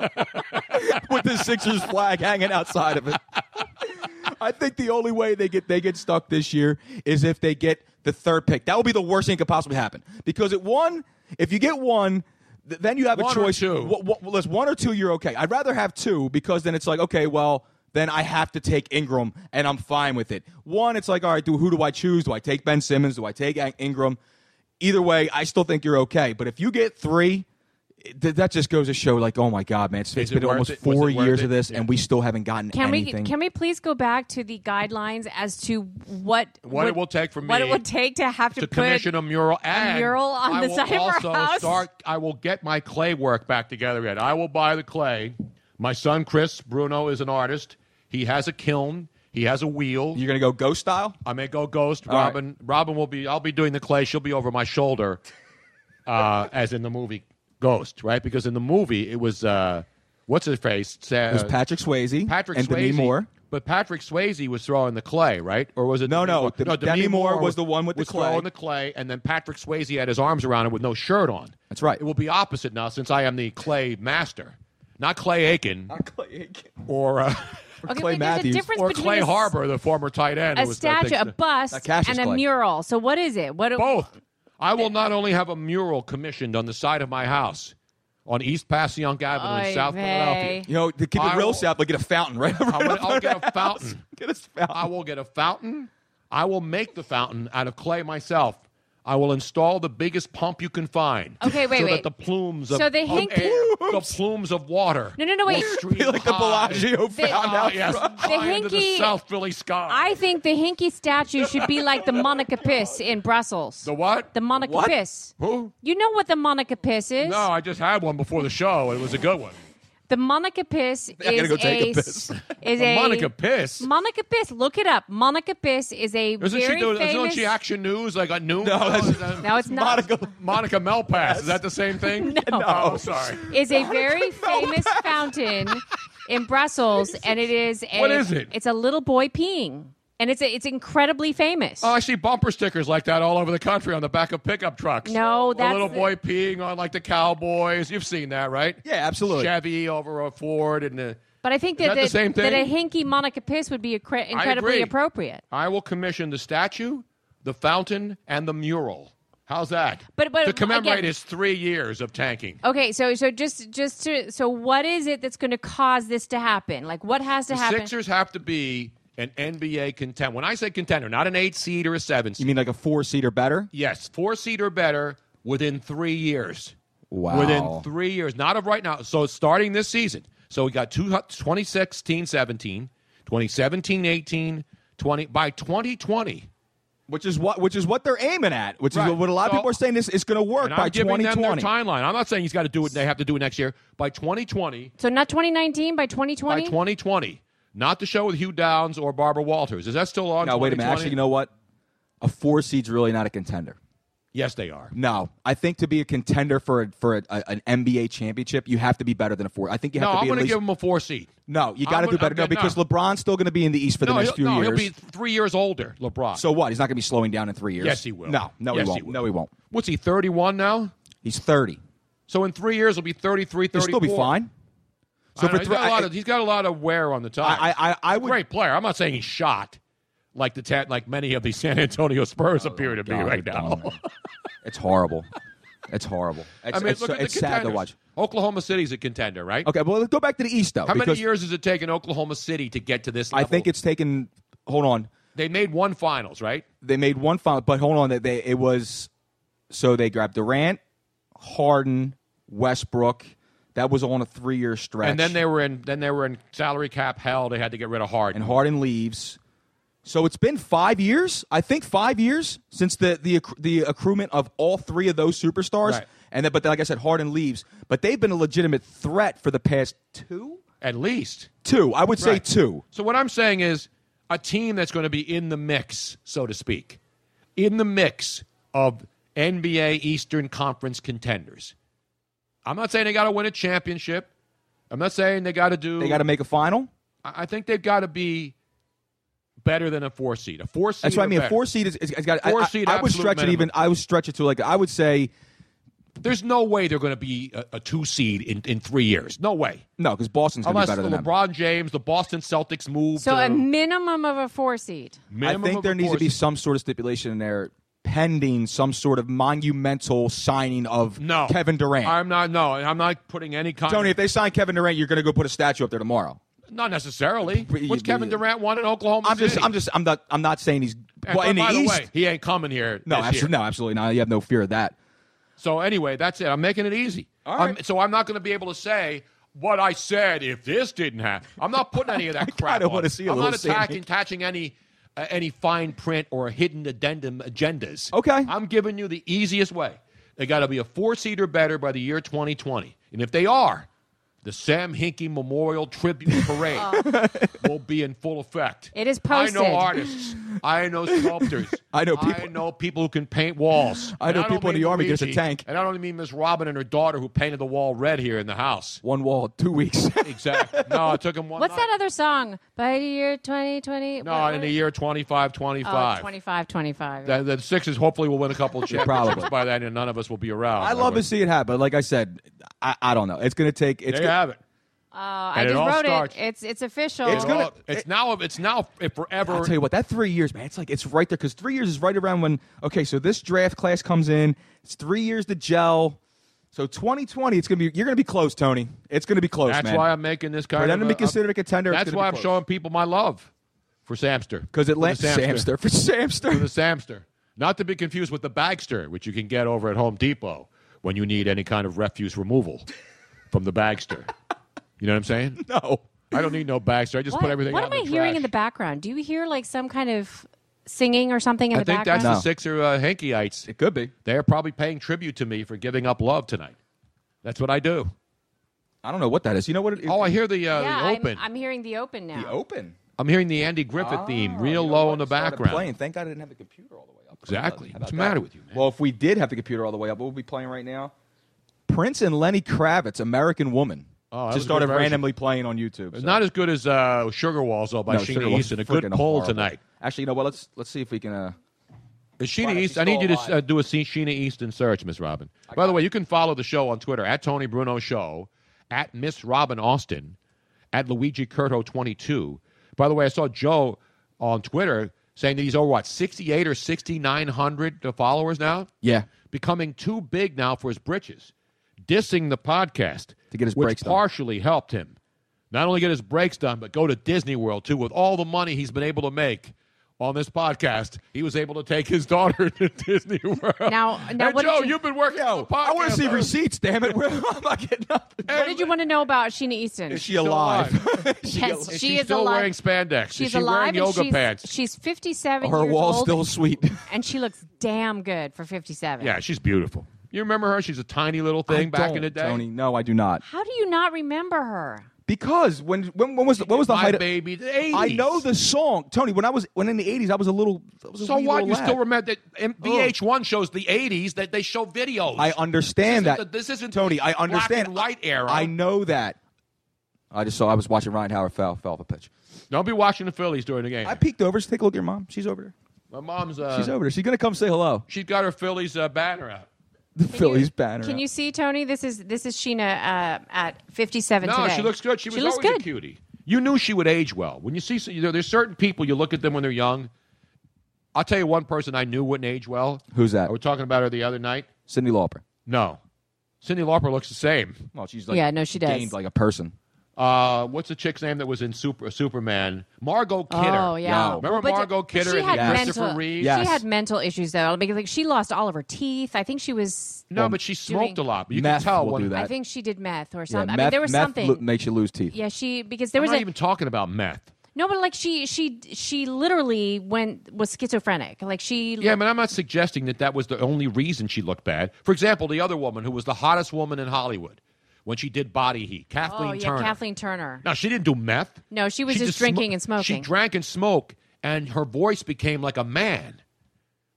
Speaker 11: with the Sixers flag hanging outside of it. I think the only way they get they get stuck this year is if they get the third pick. That would be the worst thing that could possibly happen because at one, if you get one, th- then you have
Speaker 12: One
Speaker 11: a
Speaker 12: or
Speaker 11: choice.
Speaker 12: two.
Speaker 11: Wha- wha- well, it's one or two. You're okay. I'd rather have two because then it's like okay, well. Then I have to take Ingram, and I'm fine with it. One, it's like, all right, do, who do I choose? Do I take Ben Simmons? Do I take Ang- Ingram? Either way, I still think you're okay. But if you get three, th- that just goes to show, like, oh my god, man, it's, it's
Speaker 12: it
Speaker 11: been
Speaker 12: worth
Speaker 11: almost
Speaker 12: it? Was
Speaker 11: four
Speaker 12: it worth
Speaker 11: years
Speaker 12: it?
Speaker 11: of this, and we still haven't gotten
Speaker 10: Can
Speaker 11: anything.
Speaker 10: we can we please go back to the guidelines as to what
Speaker 12: What it will take for
Speaker 10: what
Speaker 12: me
Speaker 10: it will take to have to,
Speaker 12: to
Speaker 10: put
Speaker 12: commission a mural and
Speaker 10: mural on
Speaker 12: I
Speaker 10: the
Speaker 12: will
Speaker 10: side of our
Speaker 12: also
Speaker 10: house.
Speaker 12: Start, I will get my clay work back together again. I will buy the clay. My son Chris Bruno is an artist. He has a kiln. He has a wheel. You're
Speaker 11: gonna go ghost style.
Speaker 12: I may go ghost.
Speaker 11: right.
Speaker 12: Robin. Robin will be. I'll be doing the clay. She'll be over my shoulder, uh, as in the movie Ghost, right? Because in the movie it was uh, what's his face? Sa-
Speaker 11: it was Patrick Swayze,
Speaker 12: Patrick
Speaker 11: and
Speaker 12: Swayze.
Speaker 11: Demi Moore.
Speaker 12: But Patrick Swayze was throwing the clay, right? Or was it no, no,
Speaker 11: Demi Moore was the one with the
Speaker 12: was
Speaker 11: clay.
Speaker 12: throwing the clay, and then Patrick Swayze had his arms around it with no shirt on.
Speaker 11: That's right.
Speaker 12: It will be opposite now since I am the clay master, not Clay Aiken, not
Speaker 11: Clay Aiken,
Speaker 12: or, uh,
Speaker 10: Okay, Clay wait, there's a Matthews. difference
Speaker 12: or
Speaker 10: between
Speaker 12: Clay
Speaker 10: a s-
Speaker 12: Harbor, the former tight end.
Speaker 10: a
Speaker 12: who was, I
Speaker 10: statue,
Speaker 12: think,
Speaker 10: a
Speaker 12: the-
Speaker 10: bust, and a mural. So what is it? What
Speaker 12: both? Oh, I will not only have a mural commissioned on the side of my house on East Passyunk Avenue in
Speaker 10: Oy
Speaker 12: South
Speaker 10: vey.
Speaker 12: Philadelphia.
Speaker 11: You know, to keep
Speaker 12: I
Speaker 11: it real
Speaker 12: will-
Speaker 11: south, like get a fountain, right?
Speaker 12: I
Speaker 11: Right
Speaker 12: will,
Speaker 11: up
Speaker 12: I'll
Speaker 11: there.
Speaker 12: get a fountain.
Speaker 11: Get a fountain.
Speaker 12: I will get a fountain. I will make the fountain out of clay myself. I will install the biggest pump you can find.
Speaker 10: Okay, wait,
Speaker 12: so
Speaker 10: wait.
Speaker 12: That the plumes of,
Speaker 10: So the
Speaker 12: of
Speaker 10: Hinkie-
Speaker 12: air, the plumes of water.
Speaker 10: No, no, no, wait.
Speaker 12: will stream
Speaker 11: like the
Speaker 12: high.
Speaker 11: Bellagio The- fountain
Speaker 12: Ah,
Speaker 11: out
Speaker 12: yes,
Speaker 11: front.
Speaker 10: The
Speaker 12: high into the
Speaker 10: Hinkie-
Speaker 12: South Philly sky.
Speaker 10: I think the Hinky statue should be like the Monica Piss in Brussels. The
Speaker 12: what?
Speaker 10: The Monica
Speaker 12: What?
Speaker 10: Piss.
Speaker 12: Who?
Speaker 10: You know what the Monica Piss is?
Speaker 12: No, I just had one before the show. It was a good one.
Speaker 10: The Monica Piss
Speaker 12: I gotta
Speaker 10: is
Speaker 12: go take a
Speaker 10: s-
Speaker 12: piss.
Speaker 10: Is
Speaker 12: The
Speaker 10: a
Speaker 12: Monica Piss?
Speaker 10: Monica Piss. Look it up. Monica Piss is a
Speaker 12: Isn't
Speaker 10: very
Speaker 12: she doing?
Speaker 10: famous.
Speaker 12: Isn't she Action News like at noon?
Speaker 11: No, that's-
Speaker 12: is that-
Speaker 10: No, it's not.
Speaker 12: Monica Monica Melpass. Is that the same thing? no. Oh, I'm sorry.
Speaker 10: is a very famous fountain in Brussels, and it is a,
Speaker 12: What is it?
Speaker 10: It's a little boy peeing, and it's a, it's incredibly famous.
Speaker 12: Oh, I see bumper stickers like that all over the country on the back of pickup trucks.
Speaker 10: No,
Speaker 12: a
Speaker 10: that's
Speaker 12: little
Speaker 10: the-
Speaker 12: boy peeing on like the Cowboys. You've seen that, right?
Speaker 11: Yeah, absolutely.
Speaker 12: Chevy over a Ford, and uh,
Speaker 10: but I think
Speaker 12: Is
Speaker 10: that
Speaker 12: that the same
Speaker 10: that a
Speaker 12: thing?
Speaker 10: hinky Monica Piss would be accre-
Speaker 12: agree.
Speaker 10: incredibly appropriate.
Speaker 12: I will commission the statue, the fountain, and the mural. How's that?
Speaker 10: But- but
Speaker 12: to commemorate
Speaker 10: again-
Speaker 12: his three years of tanking.
Speaker 10: Okay, so so just just to so what is it that's going to cause this to happen? Like what has to
Speaker 12: the
Speaker 10: happen?
Speaker 12: Sixers have to be an NBA contender. When I say contender, not an eight seed or a seven seed.
Speaker 11: You mean like a four seat or better?
Speaker 12: Yes, four seed or better within three years.
Speaker 11: Wow.
Speaker 12: Within three years, not of right now. So starting this season. So we got two, 2016 17, 2017 18, 20, by 2020.
Speaker 11: Which is what which is what they're aiming at. Which
Speaker 12: Right.
Speaker 11: is what a lot of
Speaker 12: So-
Speaker 11: people are saying. This is going to work
Speaker 12: And
Speaker 11: by
Speaker 12: I'm giving them
Speaker 11: 2020.
Speaker 12: their timeline. I'm not saying he's got to do it. They have to do it next year by 2020.
Speaker 10: so not 2019 by
Speaker 12: By
Speaker 10: 2020.
Speaker 12: 2020, not the show with Hugh Downs or Barbara Walters. Is that still on?
Speaker 11: No, wait a minute.
Speaker 12: 2020?
Speaker 11: Actually, you know what? A four seed's really not a contender.
Speaker 12: Yes, they are.
Speaker 11: No, I think to be a contender for a, for a, a- an NBA championship, you have to be better than a four. I think you have
Speaker 12: No,
Speaker 11: to
Speaker 12: I'm
Speaker 11: be.
Speaker 12: going
Speaker 11: at
Speaker 12: to
Speaker 11: least,
Speaker 12: give them a four seed.
Speaker 11: no, you
Speaker 12: I'm
Speaker 11: got to do
Speaker 12: gonna-
Speaker 11: better. No,
Speaker 12: I'm gonna-
Speaker 11: because
Speaker 12: no.
Speaker 11: LeBron's still going to be in the East for the
Speaker 12: no,
Speaker 11: next
Speaker 12: he'll-
Speaker 11: few
Speaker 12: no,
Speaker 11: years.
Speaker 12: he'll be three years older, LeBron.
Speaker 11: So what? He's not going to be slowing down in three years.
Speaker 12: Yes, he will.
Speaker 11: No, no,
Speaker 12: Yes,
Speaker 11: he
Speaker 12: he
Speaker 11: won't.
Speaker 12: will.
Speaker 11: No, he won't.
Speaker 12: What's he, 31 now?
Speaker 11: He's thirty.
Speaker 12: So in three years, he'll be 33, 34.
Speaker 11: He'll still be fine. So for
Speaker 12: I know, he's,
Speaker 11: three-
Speaker 12: got a lot
Speaker 11: I-
Speaker 12: of, he's got a lot of wear on the tire.
Speaker 11: I, I, I would
Speaker 12: great player. I'm not saying he's shot like the ta- like many of the San Antonio Spurs appear to be
Speaker 11: Oh God,
Speaker 12: right
Speaker 11: they're
Speaker 12: now.
Speaker 11: It's horrible. it's horrible. It's,
Speaker 12: I mean,
Speaker 11: it's,
Speaker 12: look at the
Speaker 11: it's sad to
Speaker 12: contenders.
Speaker 11: watch.
Speaker 12: Oklahoma City's a contender, right?
Speaker 11: Okay, well, let's go back to the East though.
Speaker 12: How many
Speaker 11: because
Speaker 12: years has it taken Oklahoma City to get to this
Speaker 11: I
Speaker 12: level?
Speaker 11: think it's taken. Hold on.
Speaker 12: they made one finals, right?
Speaker 11: they made one final, but hold on, that they it was so they grabbed Durant, Harden, Westbrook. That was on a three-year stretch,
Speaker 12: And then they were in then they were in salary cap hell. They had to get rid of Harden.
Speaker 11: and Harden leaves. So it's been five years, I think five years since the the accru- the accruement of all three of those superstars,
Speaker 12: Right.
Speaker 11: and then, but then, like I said, Harden leaves. But they've been a legitimate threat for the past two,
Speaker 12: at least
Speaker 11: two. I would say
Speaker 12: Right.
Speaker 11: two.
Speaker 12: So what I'm saying is a team that's going to be in the mix, so to speak, in the mix of NBA Eastern Conference contenders. I'm not saying they got to win a championship. I'm not saying they got to do.
Speaker 11: They got to make a final.
Speaker 12: I I think they've got to be better than a four seed. A four seed.
Speaker 11: That's what I
Speaker 12: or
Speaker 11: mean. A
Speaker 12: better.
Speaker 11: four seed is, is, is got. I-
Speaker 12: Four
Speaker 11: I,
Speaker 12: seed
Speaker 11: I would
Speaker 12: absolute
Speaker 11: stretch it
Speaker 12: minimum.
Speaker 11: even. I would stretch it to like I would say
Speaker 12: There's no way they're going to be a, a two seed in, in three years. No way.
Speaker 11: no because Boston's going to be
Speaker 12: Unless
Speaker 11: better than them.
Speaker 12: LeBron James, the Boston Celtics move.
Speaker 10: So
Speaker 12: to
Speaker 10: a minimum of a four seed.
Speaker 12: minimum
Speaker 11: I think
Speaker 12: of
Speaker 11: there
Speaker 12: a
Speaker 11: needs to
Speaker 12: four
Speaker 11: be
Speaker 12: seed.
Speaker 11: some sort of stipulation in there pending some sort of monumental signing of
Speaker 12: no
Speaker 11: Kevin Durant.
Speaker 12: I'm not. No, I'm not putting any kind.
Speaker 11: Tony, if they sign Kevin Durant, you're going to go put a statue up there tomorrow.
Speaker 12: Not necessarily.
Speaker 11: you-
Speaker 12: What's Kevin
Speaker 11: you-
Speaker 12: Durant won in Oklahoma
Speaker 11: I'm
Speaker 12: City?
Speaker 11: just, I'm just, I'm not, I'm not saying he's well,
Speaker 12: And by-
Speaker 11: in the
Speaker 12: by
Speaker 11: East.
Speaker 12: the way, he ain't coming here.
Speaker 11: no,
Speaker 12: this year.
Speaker 11: absolutely, no, absolutely not. You have no fear of that.
Speaker 12: So anyway, that's it. I'm making it easy.
Speaker 11: All
Speaker 12: I'm-
Speaker 11: right.
Speaker 12: so I'm not going to be able to say what I said if this didn't happen. I'm not putting any of that crap.
Speaker 11: kinda
Speaker 12: on.
Speaker 11: wanna see a
Speaker 12: I'm
Speaker 11: little
Speaker 12: not
Speaker 11: Sammy.
Speaker 12: attacking, attaching any uh, any fine print or hidden addendum agendas.
Speaker 11: Okay.
Speaker 12: I'm giving you the easiest way. They got to be a four seater better by the year 2020, and if they are. The Sam Hinkie Memorial Tribute Parade will be in full effect.
Speaker 10: It is
Speaker 12: I
Speaker 10: posted.
Speaker 12: know artists. I know sculptors.
Speaker 11: I know people-
Speaker 12: I know people who can paint walls.
Speaker 11: I know
Speaker 12: And don't
Speaker 11: people in
Speaker 12: mean
Speaker 11: the army gets a
Speaker 12: Luigi,
Speaker 11: tank.
Speaker 12: And I don't mean Miss Robin and her daughter who painted the wall red here in the house.
Speaker 11: One wall, two weeks.
Speaker 12: Exactly. No, it took him one.
Speaker 10: What's
Speaker 12: night.
Speaker 10: that other song? By the year 2020.
Speaker 12: No, in the year 25, 25.
Speaker 10: Oh, 25, 25.
Speaker 12: The, the Sixers hopefully will win a couple of championships
Speaker 11: Probably.
Speaker 12: by then, and none of us will be around.
Speaker 11: I love to see it happen. but Like I said, I, I don't know. It's going to take. It's
Speaker 12: There you
Speaker 11: gonna,
Speaker 12: have it.
Speaker 10: Oh, I
Speaker 12: And it
Speaker 10: just
Speaker 12: all
Speaker 10: wrote
Speaker 12: starts-
Speaker 10: it. It's it's official.
Speaker 11: It's
Speaker 12: It
Speaker 11: gonna-
Speaker 12: all- It's now. It's now. If forever.
Speaker 11: I'll tell you what, that three years, man, it's like it's right there because three years is right around when okay, so this draft class comes in. It's three years to gel. So 2020, it's gonna be you're gonna be close, Tony. It's gonna be close.
Speaker 12: that's why I'm making this kind
Speaker 11: For them
Speaker 12: of
Speaker 11: to be
Speaker 12: a-
Speaker 11: considered a contender, it's
Speaker 12: That's
Speaker 11: gonna
Speaker 12: why
Speaker 11: be
Speaker 12: I'm
Speaker 11: close.
Speaker 12: showing people my love for Samster
Speaker 11: because
Speaker 12: For the
Speaker 11: Atlanta Samster for
Speaker 12: for
Speaker 11: Samster.
Speaker 12: the Samster. Not to be confused with the Bagster, which you can get over at Home Depot when you need any kind of refuse removal from the Bagster. you know what I'm saying?
Speaker 11: No.
Speaker 12: I don't need no Bagster. I just
Speaker 10: what
Speaker 12: put everything
Speaker 10: what am
Speaker 12: out
Speaker 10: I
Speaker 12: in the
Speaker 10: hearing
Speaker 12: trash.
Speaker 10: in the background? Do you hear like some kind of singing or something in
Speaker 12: I
Speaker 10: the
Speaker 12: think that's
Speaker 10: background?
Speaker 12: the Sixer uh, Hankeyites.
Speaker 11: It could be.
Speaker 12: They are probably paying tribute to me for giving up love tonight. That's what I do.
Speaker 11: I don't know what that is. You know what? It,
Speaker 12: Oh, I hear the, uh,
Speaker 10: yeah,
Speaker 12: the
Speaker 10: I'm-
Speaker 12: open.
Speaker 10: I'm, hearing the open now.
Speaker 11: the open
Speaker 12: I'm hearing the Andy Griffith theme real low in the background.
Speaker 11: Oh, Playing. Thank God I didn't have the computer all the way up.
Speaker 12: Exactly.
Speaker 11: How about
Speaker 12: What's the
Speaker 11: that?
Speaker 12: matter with you, man?
Speaker 11: Well, if we did have the computer all the way up, what would we be playing right now? Prince and Lenny Kravitz, American Woman.
Speaker 12: Oh, that was
Speaker 11: just
Speaker 12: a good
Speaker 11: started
Speaker 12: version.
Speaker 11: randomly playing on YouTube.
Speaker 12: It's
Speaker 11: so.
Speaker 12: Not as good as uh, Sugar Walls, though, by
Speaker 11: No, Sugar
Speaker 12: Sheena
Speaker 11: Walls
Speaker 12: Easton. A
Speaker 11: is
Speaker 12: good
Speaker 11: freaking
Speaker 12: poll
Speaker 11: horrible.
Speaker 12: tonight.
Speaker 11: Actually, you know what? Let's let's see if we can. Uh,
Speaker 12: Is Sheena
Speaker 11: Wow, she's
Speaker 12: East? I need you to
Speaker 11: still
Speaker 12: uh, do a Se- Sheena Easton search, Miss Robin. By the way, you can follow the show on Twitter at Tony Bruno Show, at Miss Robin Austin, at Luigi Curto twenty two. By the way, I saw Joe on Twitter saying that he's over what sixty eight or sixty nine hundred followers now.
Speaker 11: yeah,
Speaker 12: becoming too big now for his britches, dissing the podcast
Speaker 11: To get his
Speaker 12: which
Speaker 11: breaks done.
Speaker 12: partially helped him. Not only get his breaks done, but go to Disney World too. With all the money he's been able to make on this podcast, he was able to take his daughter to Disney World.
Speaker 10: Now- now
Speaker 12: And
Speaker 10: what did
Speaker 12: Joe,
Speaker 10: you-
Speaker 12: have been working on the podcast.
Speaker 11: I want to see receipts. Damn it, Where- I'm not getting up.
Speaker 10: What did you want to know about Sheena Easton?
Speaker 11: Is she alive?
Speaker 10: yes, she,
Speaker 12: Is she
Speaker 10: is
Speaker 12: still
Speaker 10: alive.
Speaker 12: wearing spandex? Is
Speaker 10: She's
Speaker 12: she
Speaker 10: alive
Speaker 12: wearing
Speaker 10: and
Speaker 12: yoga
Speaker 10: she's,
Speaker 12: pants?
Speaker 10: She's 57
Speaker 11: Her
Speaker 10: years
Speaker 11: wall's
Speaker 10: old,
Speaker 11: still sweet.
Speaker 10: and she looks damn good for 57.
Speaker 12: Yeah, she's beautiful. You remember her? She's a tiny little thing
Speaker 11: I
Speaker 12: back
Speaker 11: don't,
Speaker 12: in the day.
Speaker 11: Tony, no, I do not.
Speaker 10: How do you not remember her?
Speaker 11: Because when when, when was when was the
Speaker 12: My
Speaker 11: height? of-
Speaker 12: baby, the 80s.
Speaker 11: I know the song, Tony. When I was when in the eighties, I was a little. I was a
Speaker 12: So
Speaker 11: wee
Speaker 12: what?
Speaker 11: little
Speaker 12: You
Speaker 11: lad. Oh.
Speaker 12: still remember that M- VH1 shows the 80s that they show videos.
Speaker 11: I understand
Speaker 12: This isn't
Speaker 11: that.
Speaker 12: the- this isn't
Speaker 11: Tony. I
Speaker 12: black and
Speaker 11: understand.
Speaker 12: white era.
Speaker 11: I know that. I just saw. I was watching Ryan Howard foul foul the pitch.
Speaker 12: Don't be watching the Phillies during the game.
Speaker 11: I peeked over. Just take a look at your mom. She's over there.
Speaker 12: My mom's. Uh,
Speaker 11: She's over there. She's gonna come say hello.
Speaker 12: She's got her Phillies uh, banner out.
Speaker 11: The Phillies banner.
Speaker 10: Can
Speaker 11: out.
Speaker 10: you see Tony? This is this is Sheena uh, at 57
Speaker 12: No,
Speaker 10: today.
Speaker 12: she looks good. She was
Speaker 10: looks
Speaker 12: always
Speaker 10: good.
Speaker 12: a cutie. You knew she would age well. When you see, you know, there's certain people you look at them when they're young. I'll tell you one person I knew wouldn't age well.
Speaker 11: Who's that?
Speaker 12: We were talking about her the other night.
Speaker 11: Cindy Lauper.
Speaker 12: No, Cindy Lauper looks the same.
Speaker 11: Well, she's
Speaker 10: like, Yeah, no, she does.
Speaker 11: gained like a person.
Speaker 12: Uh, what's the chick's name that was in Super Superman? Margot Kidder.
Speaker 10: Oh yeah.
Speaker 12: Remember
Speaker 10: But
Speaker 12: Margot
Speaker 10: d-
Speaker 12: Kidder
Speaker 10: She
Speaker 12: and
Speaker 10: had
Speaker 12: Christopher
Speaker 10: mental,
Speaker 12: Reeve?
Speaker 10: She had mental issues though. Because like she lost all of her teeth. I think she was
Speaker 12: No, but she smoked
Speaker 10: doing-
Speaker 12: a lot. But you
Speaker 11: Meth
Speaker 12: can tell
Speaker 11: will
Speaker 12: when
Speaker 11: do that.
Speaker 10: I think she did meth or
Speaker 11: Yeah,
Speaker 10: something. I
Speaker 11: meth-
Speaker 10: mean, there was
Speaker 11: meth
Speaker 10: something.
Speaker 11: lo- makes you lose teeth.
Speaker 10: yeah, she because there
Speaker 12: I'm
Speaker 10: was
Speaker 12: not
Speaker 10: a
Speaker 12: even talking about meth.
Speaker 10: no, but like she she she literally went was schizophrenic. Like she
Speaker 12: Yeah, but I'm not suggesting that that was the only reason she looked bad. For example, the other woman who was the hottest woman in Hollywood when she did Body Heat, Kathleen
Speaker 10: oh yeah,
Speaker 12: Turner.
Speaker 10: Kathleen Turner.
Speaker 12: Now she didn't do meth.
Speaker 10: No, she was
Speaker 12: She
Speaker 10: just,
Speaker 12: just smo-
Speaker 10: drinking and
Speaker 12: She
Speaker 10: smoking.
Speaker 12: drank and smoked, and her voice became like a man,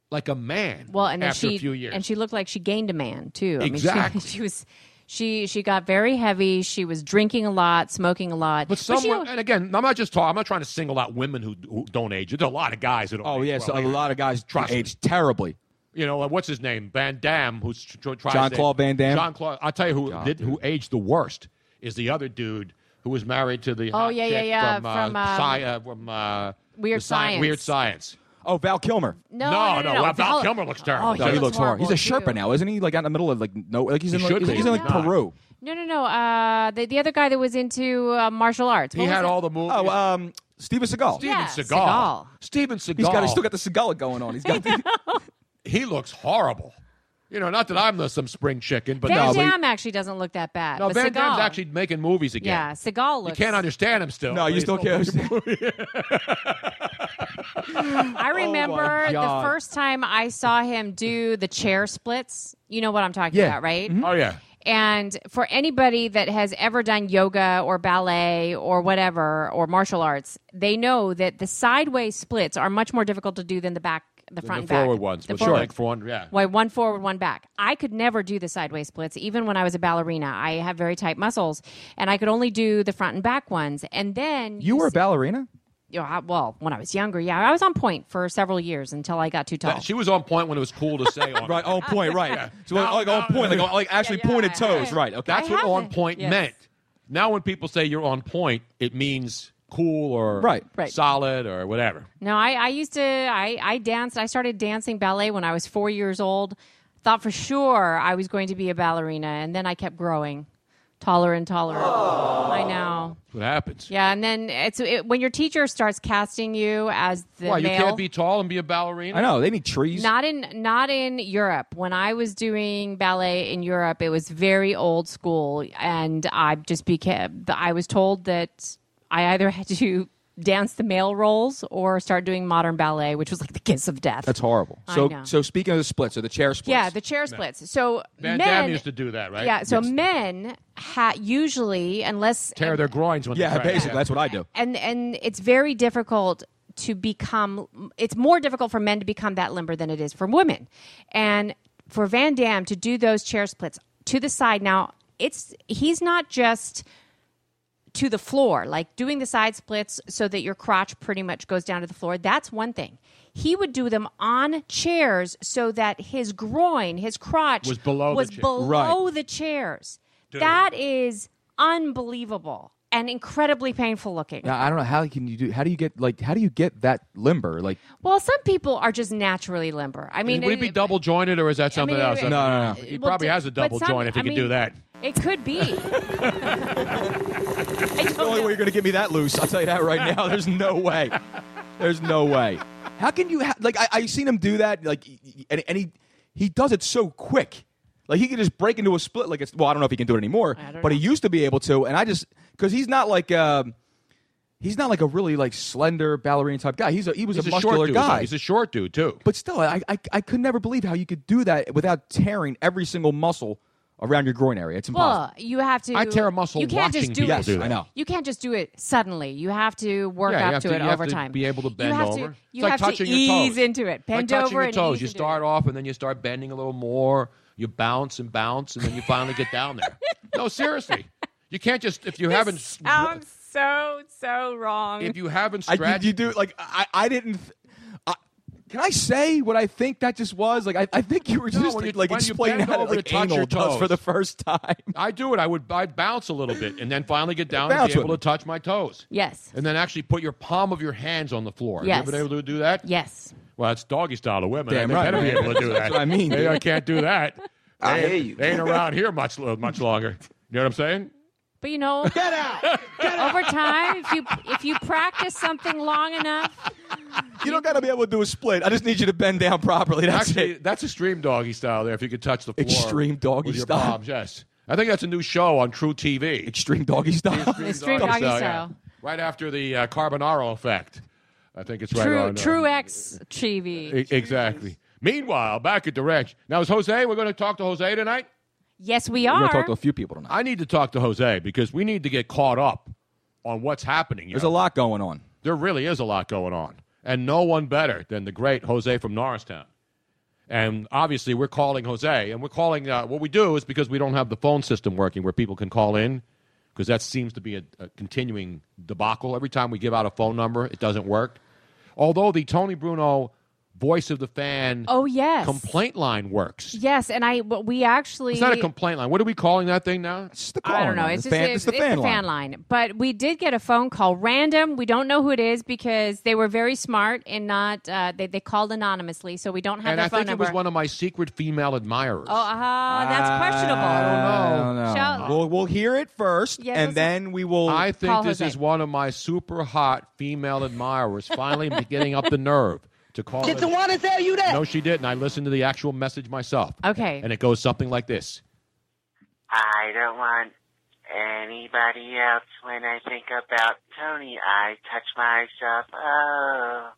Speaker 12: like a man.
Speaker 10: well, and then
Speaker 12: after
Speaker 10: she
Speaker 12: a few years,
Speaker 10: and she looked like she gained a man too. I
Speaker 12: Exactly.
Speaker 10: mean, she, she was she she got very heavy. She was drinking a lot, smoking a lot. But
Speaker 12: Someone, uh,
Speaker 10: she,
Speaker 12: and again, I'm not just talking. I'm not trying to single out women who, who don't age. There's a lot of guys who don't.
Speaker 11: Oh
Speaker 12: age
Speaker 11: yeah,
Speaker 12: well
Speaker 11: so a
Speaker 12: either.
Speaker 11: lot of guys
Speaker 12: Trust me.
Speaker 11: age terribly.
Speaker 12: You know, uh, what's his name? Van Damme, who's tr- tr- tries
Speaker 11: John
Speaker 12: to-
Speaker 11: Claude Van Damme?
Speaker 12: John Claude. I'll tell you who
Speaker 11: God,
Speaker 12: did, who aged the worst is the other dude who was married to the.
Speaker 10: Oh,
Speaker 12: hot
Speaker 10: yeah, yeah,
Speaker 12: chick
Speaker 10: yeah,
Speaker 12: From, uh,
Speaker 10: from, um,
Speaker 12: Sci- uh, from uh,
Speaker 10: Weird
Speaker 12: the sci-
Speaker 10: Science.
Speaker 12: Weird Science.
Speaker 11: Oh, Val Kilmer.
Speaker 10: No,
Speaker 12: no,
Speaker 10: no, no,
Speaker 12: no,
Speaker 10: no.
Speaker 12: Val- Val
Speaker 10: Val-
Speaker 12: Kilmer looks
Speaker 10: Oh,
Speaker 12: terrible.
Speaker 11: No,
Speaker 12: too.
Speaker 11: he looks horrible. He's a Sherpa now, isn't he? Like out in the middle of like no, like he's
Speaker 12: He
Speaker 11: in
Speaker 12: should
Speaker 11: like,
Speaker 12: be.
Speaker 11: he's in like
Speaker 12: He's not.
Speaker 11: Peru.
Speaker 10: no, no, no. Uh, the the other guy that was into uh, martial arts. What was it?
Speaker 12: the movies.
Speaker 11: Oh, um, Steven Seagal.
Speaker 12: Steven
Speaker 10: Yeah,
Speaker 12: Seagal.
Speaker 10: Seagal.
Speaker 12: Steven Seagal.
Speaker 11: He's got. He's still got the Seagal going on. He's got. the,
Speaker 12: He looks horrible. You know, not that I'm the, some spring chicken, but
Speaker 10: Van
Speaker 12: no,
Speaker 10: Damme actually doesn't look that bad.
Speaker 12: but, no
Speaker 10: but
Speaker 12: Van
Speaker 10: Seagal,
Speaker 12: Damme's actually making movies again.
Speaker 10: yeah, Seagal
Speaker 12: You
Speaker 10: looks.
Speaker 12: can't understand him still.
Speaker 11: no,
Speaker 12: but
Speaker 11: you
Speaker 12: he's
Speaker 11: still
Speaker 12: still
Speaker 11: can't.
Speaker 12: Oh,
Speaker 10: I remember the
Speaker 11: God.
Speaker 10: first time I saw him do the chair splits. You know what I'm talking about, right?
Speaker 12: Oh yeah.
Speaker 10: And for anybody that has ever done yoga or ballet or whatever or martial arts, they know that the sideways splits are much more difficult to do than the back, the front,
Speaker 12: the
Speaker 10: and back.
Speaker 12: forward ones.
Speaker 10: The
Speaker 12: with
Speaker 10: forward
Speaker 12: like forward, yeah.
Speaker 10: Why one forward, one back. I could never do the sideways splits, even when I was a ballerina. I have very tight muscles, and I could only do the front and back ones. And then
Speaker 11: You were a ballerina.
Speaker 10: you know, I, well, when I was younger, yeah, I was on point for several years until I got too tall.
Speaker 12: She was on point when it was cool to say on.
Speaker 11: Right on point. Right. So
Speaker 12: No,
Speaker 11: like on
Speaker 12: no,
Speaker 11: point. Like
Speaker 12: no.
Speaker 11: on- like actually pointed toes. Right. Okay.
Speaker 12: That's what on point
Speaker 10: yes.
Speaker 12: meant. Now, when people say you're on point, it means cool or
Speaker 11: Right. Right.
Speaker 12: solid or whatever.
Speaker 10: No, I, I used to, I, I danced, I started dancing ballet when I was four years old. Thought for sure I was going to be a ballerina, and then I kept growing taller and taller. I know.
Speaker 12: That's what happens.
Speaker 10: Yeah, and then it's it, when your teacher starts casting you as the
Speaker 12: Why you
Speaker 10: male.
Speaker 12: can't be tall and be a ballerina?
Speaker 11: I know they need trees.
Speaker 10: Not in not in Europe. When I was doing ballet in Europe, it was very old school, and I just became. I was told that I either had to dance the male roles or start doing modern ballet, which was like the kiss of death.
Speaker 11: That's horrible.
Speaker 10: I
Speaker 11: So
Speaker 10: know.
Speaker 11: so speaking of the splits or the chair splits.
Speaker 10: yeah, the chair splits. So
Speaker 12: Van
Speaker 10: men
Speaker 12: Damme used to do that, right?
Speaker 10: Yeah, so men ha- usually, unless
Speaker 12: tear their groins when
Speaker 11: Yeah,
Speaker 12: they try.
Speaker 11: basically that's what I do.
Speaker 10: and and it's very difficult to become it's more difficult for men to become that limber than it is for women and for van damme to do those chair splits to the side now it's he's not just to the floor like doing the side splits so that your crotch pretty much goes down to the floor that's one thing he would do them on chairs so that his groin his crotch
Speaker 12: Was below the
Speaker 10: was
Speaker 12: chair.
Speaker 10: below the chairs that is unbelievable and incredibly painful looking
Speaker 11: Now, I don't know how can you do. How do you get like? How do you get that limber? Like
Speaker 10: Well, some people are just naturally limber. I mean,
Speaker 12: Would it be double jointed or is that something
Speaker 10: mean,
Speaker 12: else?
Speaker 10: it-
Speaker 11: No, no, no.
Speaker 12: He
Speaker 10: well,
Speaker 12: probably
Speaker 10: d-
Speaker 12: has a
Speaker 10: but
Speaker 12: double
Speaker 10: some-
Speaker 12: joint if he
Speaker 10: I
Speaker 12: could
Speaker 10: mean-
Speaker 12: do that.
Speaker 10: it could be.
Speaker 11: the only way you're going to get me that loose. I'll tell you that right now. There's no way. There's no way. How can you ha- like? I, I've seen him do that. Like, y- y- and, and he he does it so quick. Like he can just break into a split. Like it's well, I don't know if he can do it anymore.
Speaker 10: don't
Speaker 11: But he used to be able to. And I just because he's not like um, he's not like a really like slender ballerina type guy. He's a he was
Speaker 12: He's
Speaker 11: a
Speaker 12: a
Speaker 11: muscular
Speaker 12: short dude. though.
Speaker 11: guy.
Speaker 12: He's a short dude too.
Speaker 11: but still, I, I I could never believe how you could do that without tearing every single muscle around your groin area. It's impossible.
Speaker 10: Well, you have to.
Speaker 11: I tear a muscle
Speaker 10: You can't just
Speaker 11: watching
Speaker 10: do
Speaker 11: people
Speaker 10: it.
Speaker 11: do that. I know.
Speaker 10: You can't just do it suddenly. You have to work
Speaker 12: Yeah, you
Speaker 10: up
Speaker 12: have
Speaker 10: to,
Speaker 12: to-
Speaker 10: it
Speaker 12: you have
Speaker 10: over
Speaker 12: to
Speaker 10: time.
Speaker 12: be able to bend
Speaker 10: you have
Speaker 12: over.
Speaker 10: To,
Speaker 12: It's
Speaker 10: you
Speaker 12: like
Speaker 10: have
Speaker 12: touching
Speaker 10: to
Speaker 12: your toes.
Speaker 10: ease into it. Bend
Speaker 12: like touching
Speaker 10: over
Speaker 12: your
Speaker 10: and
Speaker 12: toes.
Speaker 10: ease
Speaker 12: You
Speaker 10: into
Speaker 12: start off and then you start bending a little more. You bounce and bounce and then you finally get down there. No, seriously, you can't just if you haven't
Speaker 10: it. I'm so so wrong.
Speaker 12: if you haven't
Speaker 11: I- you-
Speaker 12: stretched.
Speaker 11: you, do like I, I didn't. Th- I, can I say what I think that just was? Like I, I think you were just
Speaker 12: when you-
Speaker 11: like
Speaker 12: when you
Speaker 11: explaining
Speaker 12: bend
Speaker 11: how to,
Speaker 12: over to
Speaker 11: like
Speaker 12: touch
Speaker 11: anal
Speaker 12: your
Speaker 11: does for
Speaker 12: toes.
Speaker 11: the first time.
Speaker 12: I do it. I would I'd bounce a little bit and then finally get down and
Speaker 11: Bounce
Speaker 12: be
Speaker 11: with
Speaker 12: able to
Speaker 11: me.
Speaker 12: touch my toes.
Speaker 10: Yes.
Speaker 12: And then actually put your palm of your hands on the floor.
Speaker 10: Yes.
Speaker 12: Have you ever been able to do that?
Speaker 10: Yes.
Speaker 12: Well, it's doggy style of women.
Speaker 11: Damn
Speaker 12: they
Speaker 11: right.
Speaker 12: better be able to do that.
Speaker 11: That's what I mean.
Speaker 12: They uh, can't do that.
Speaker 11: I
Speaker 12: They-
Speaker 11: hear you.
Speaker 12: They ain't around here much
Speaker 11: uh,
Speaker 12: lo- much longer. You know what I'm saying?
Speaker 10: But you know, get out. over time, if you if you practice something long enough,
Speaker 11: You don't got to be able to do a split. I just need you to bend down properly. That's
Speaker 12: Actually,
Speaker 11: it.
Speaker 12: that's extreme doggy style there. If you could touch the floor,
Speaker 11: Extreme doggy
Speaker 12: with your
Speaker 11: style.
Speaker 12: palms, yes, I think that's a new show on True TV.
Speaker 11: Extreme doggy style.
Speaker 10: Extreme doggy style.
Speaker 12: Right after the uh, Carbonaro effect, I think it's
Speaker 10: true
Speaker 12: right on. uh,
Speaker 10: true ex TV.
Speaker 12: e- exactly. Meanwhile, back at the ranch. Now is Jose? We're going to talk to Jose tonight.
Speaker 10: Yes, we are.
Speaker 11: few people tonight.
Speaker 12: I need to talk to Jose because we need to get caught up on what's happening. Here.
Speaker 11: There's a lot going on.
Speaker 12: There really is a lot going on. And no one better than the great Jose from Norristown. And obviously, we're calling Jose, and we're calling. Uh, what we do is because we don't have the phone system working where people can call in, because that seems to be a, a continuing debacle. Every time we give out a phone number, it doesn't work. Although the Tony Bruno voice of the fan
Speaker 10: Oh, yes.
Speaker 12: complaint line works.
Speaker 10: yes, and I but we actually
Speaker 12: It's not a complaint line. What are we calling that thing now? It's
Speaker 11: the
Speaker 10: I don't know. It's just a- it's the fan, line. But we did get a phone call, random. We don't know who it is because they were very smart and not. Uh, they they called anonymously, so we don't have
Speaker 12: And
Speaker 10: their
Speaker 12: I
Speaker 10: phone
Speaker 12: think
Speaker 10: number.
Speaker 12: it was one of my secret female admirers.
Speaker 10: oh, uh, that's questionable.
Speaker 11: I
Speaker 10: Shall-
Speaker 11: don't know. We'll, we'll hear it first,
Speaker 10: Yeah,
Speaker 11: and
Speaker 10: listen.
Speaker 11: then we will.
Speaker 12: I think
Speaker 10: Call
Speaker 12: this
Speaker 10: Jose.
Speaker 12: is one of my super hot female admirers finally getting up the nerve to call.
Speaker 13: Did
Speaker 12: it.
Speaker 13: the one tell you that?
Speaker 12: No, she didn't. I listened to the actual message myself.
Speaker 10: Okay.
Speaker 12: And it goes something like this.
Speaker 14: I don't want anybody else when I think about Tony. I touch myself. Oh.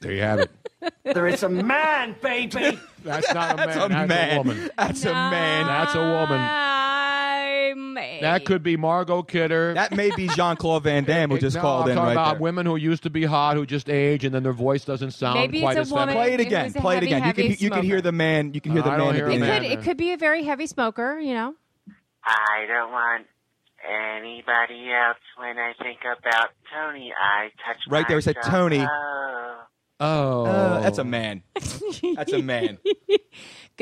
Speaker 12: There you have it.
Speaker 13: There is a man, baby.
Speaker 12: That's not a
Speaker 13: That's
Speaker 12: man.
Speaker 13: a
Speaker 12: That's
Speaker 13: man.
Speaker 12: a woman.
Speaker 11: That's a man.
Speaker 12: That's a woman.
Speaker 10: I'm a-
Speaker 12: That could be Margot Kidder.
Speaker 11: That may be Jean Claude Van Damme who just
Speaker 12: no,
Speaker 11: called
Speaker 12: I'm
Speaker 11: in
Speaker 12: talking
Speaker 11: right
Speaker 12: about
Speaker 11: there.
Speaker 12: women who used to be hot, who just age, and then their voice doesn't sound
Speaker 10: Maybe it's
Speaker 12: quite
Speaker 10: a
Speaker 12: as feminine.
Speaker 10: woman
Speaker 11: Play it
Speaker 10: who's
Speaker 11: again.
Speaker 10: a
Speaker 11: Play it
Speaker 10: heavy,
Speaker 11: again. You
Speaker 10: heavy
Speaker 11: could you could hear
Speaker 10: smoker.
Speaker 11: the man. You can hear the
Speaker 12: I don't
Speaker 11: man
Speaker 12: hear
Speaker 11: at
Speaker 12: a
Speaker 11: the
Speaker 10: It
Speaker 11: end.
Speaker 10: could it could be a very heavy smoker. You know.
Speaker 14: I don't want anybody else when I think about Tony. I touch
Speaker 11: Right there, he said,
Speaker 14: myself.
Speaker 11: Tony.
Speaker 14: Oh.
Speaker 12: Oh,
Speaker 11: Uh, that's a man. That's a man.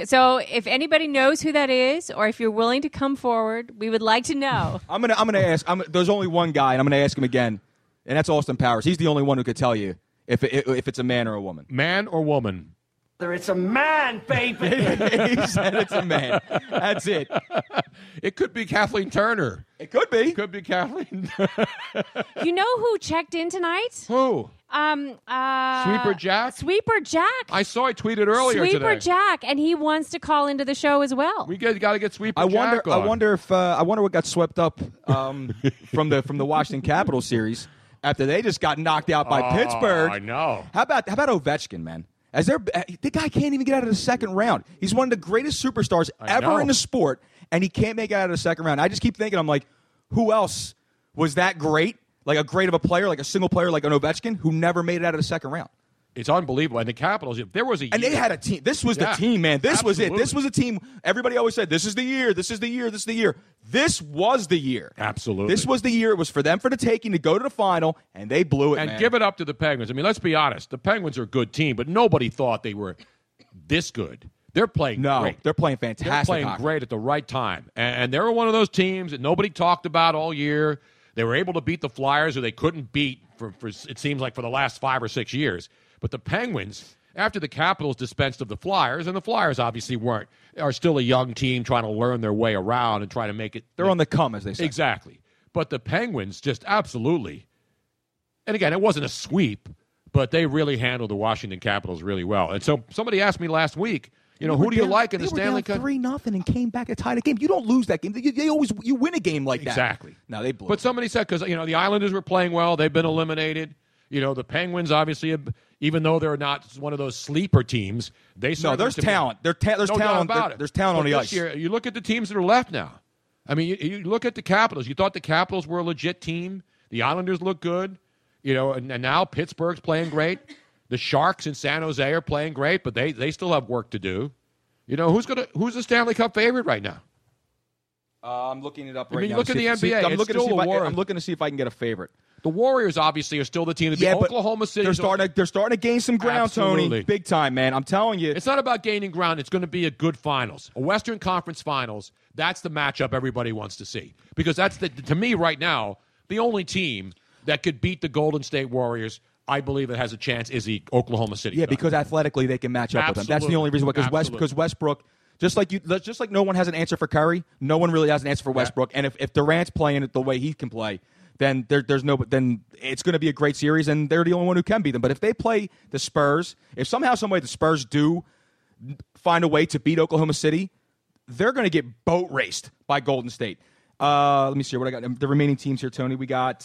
Speaker 10: So if anybody knows who that is, or if you're willing to come forward, we would like to know.
Speaker 11: I'm gonna I'm gonna ask. I'm, there's only one guy, and I'm gonna ask him again, and that's Austin Powers. He's the only one who could tell you if it, if it's a man or a woman.
Speaker 12: Man or woman?
Speaker 13: There is a man, baby.
Speaker 11: he said it's a man. That's it.
Speaker 12: It could be Kathleen Turner.
Speaker 11: It could be.
Speaker 12: Could be Kathleen.
Speaker 10: you know who checked in tonight?
Speaker 12: Who?
Speaker 10: Um, uh,
Speaker 12: Sweeper Jack?
Speaker 10: Sweeper Jack.
Speaker 12: I saw I tweeted earlier
Speaker 10: Sweeper
Speaker 12: today.
Speaker 10: Jack, and he wants to call into the show as well.
Speaker 12: We got to get Sweeper
Speaker 11: I wonder.
Speaker 12: Jack
Speaker 11: I
Speaker 12: on.
Speaker 11: wonder if uh, I wonder what got swept up um, from the from the Washington Capitals series after they just got knocked out by
Speaker 12: Oh,
Speaker 11: Pittsburgh.
Speaker 12: I know.
Speaker 11: How about how about Ovechkin, man? As they're, the guy can't even get out of the second round. He's one of the greatest superstars ever
Speaker 12: know.
Speaker 11: in the sport, and he can't make it out of the second round. I just keep thinking, I'm like, who else was that great? Like a great of a player, like a single player, like an Ovechkin, who never made it out of the second round.
Speaker 12: It's unbelievable. And the Capitals, if there was a
Speaker 11: And
Speaker 12: year,
Speaker 11: they had a team. This was
Speaker 12: Yeah,
Speaker 11: the team, man. This was it. This was
Speaker 12: absolutely.
Speaker 11: a team. Everybody always said, "This is the year. This is the year. This is the year." This was the year.
Speaker 12: Absolutely.
Speaker 11: This was the year. It was for them for the taking to go to the final, and they blew it.
Speaker 12: and
Speaker 11: man.
Speaker 12: give it up to the Penguins. I mean, let's be honest. The Penguins are a good team, but nobody thought they were this good. They're playing
Speaker 11: no,
Speaker 12: great.
Speaker 11: they're playing fantastic.
Speaker 12: They're playing
Speaker 11: hockey.
Speaker 12: great at the right time. And, and they were one of those teams that nobody talked about all year. They were able to beat the Flyers, who they couldn't beat for, for it seems like for the last five or six years. But the Penguins, after the Capitals dispensed of the Flyers, and the Flyers obviously weren't, are still a young team trying to learn their way around and try to make it.
Speaker 11: They're on the come, as they say.
Speaker 12: Exactly. But the Penguins just absolutely. And again, it wasn't a sweep, but they really handled the Washington Capitals really well. And so somebody asked me last week, you know,
Speaker 11: They
Speaker 12: who
Speaker 11: were
Speaker 12: do you
Speaker 11: down-
Speaker 12: like in
Speaker 11: they
Speaker 12: the
Speaker 11: were
Speaker 12: Stanley
Speaker 11: down
Speaker 12: Cup?
Speaker 11: Three nothing and came back and tied a game. You don't lose that game. You, they always you win a game like that.
Speaker 12: Exactly.
Speaker 11: Now they blew.
Speaker 12: But
Speaker 11: it.
Speaker 12: somebody said because you know the Islanders were playing well, they've been eliminated. You know the Penguins obviously have even though they're not one of those sleeper teams. They certainly
Speaker 11: there's
Speaker 12: to me-
Speaker 11: talent. There ta- there's
Speaker 12: no
Speaker 11: talent
Speaker 12: doubt
Speaker 11: on-
Speaker 12: about
Speaker 11: there-
Speaker 12: it.
Speaker 11: there's talent
Speaker 12: But
Speaker 11: on the
Speaker 12: this
Speaker 11: ice.
Speaker 12: Year, you look at the teams that are left now. I mean, you, you look at the Capitals. You thought the Capitals were a legit team. The Islanders look good, you know, and, and now Pittsburgh's playing great. The Sharks in San Jose are playing great, but they, they still have work to do. You know, who's gonna who's the Stanley Cup favorite right now?
Speaker 11: Uh, I'm looking it up
Speaker 12: I
Speaker 11: right
Speaker 12: mean,
Speaker 11: now.
Speaker 12: look
Speaker 11: to
Speaker 12: at
Speaker 11: see
Speaker 12: the
Speaker 11: if- see-
Speaker 12: NBA.
Speaker 11: I'm
Speaker 12: It's
Speaker 11: looking to
Speaker 12: still
Speaker 11: see if
Speaker 12: a
Speaker 11: I-
Speaker 12: war.
Speaker 11: I'm looking to see if I can get a favorite.
Speaker 12: The Warriors obviously are still the team to beat.
Speaker 11: Yeah, but
Speaker 12: Oklahoma City.
Speaker 11: They're starting. To, they're starting to gain some ground,
Speaker 12: Absolutely.
Speaker 11: Tony. Big time, man. I'm telling you.
Speaker 12: It's not about gaining ground. It's going to be a good finals, a Western Conference Finals. That's the matchup everybody wants to see because that's the, to me right now the only team that could beat the Golden State Warriors. I believe it has a chance is the Oklahoma City.
Speaker 11: Yeah,
Speaker 12: Thunder.
Speaker 11: because athletically they can match up with them. That's the
Speaker 12: Absolutely.
Speaker 11: only reason why. Because West,
Speaker 12: Absolutely.
Speaker 11: because Westbrook, just like you, just like no one has an answer for Curry, no one really has an answer for Westbrook. And if, if Durant's playing it the way he can play, then there, there's no. Then it's going to be a great series, and they're the only one who can beat them. But if they play the Spurs, if somehow, some way the Spurs do find a way to beat Oklahoma City, they're going to get boat raced by Golden State. Uh, let me see what I got. The remaining teams here, Tony. We got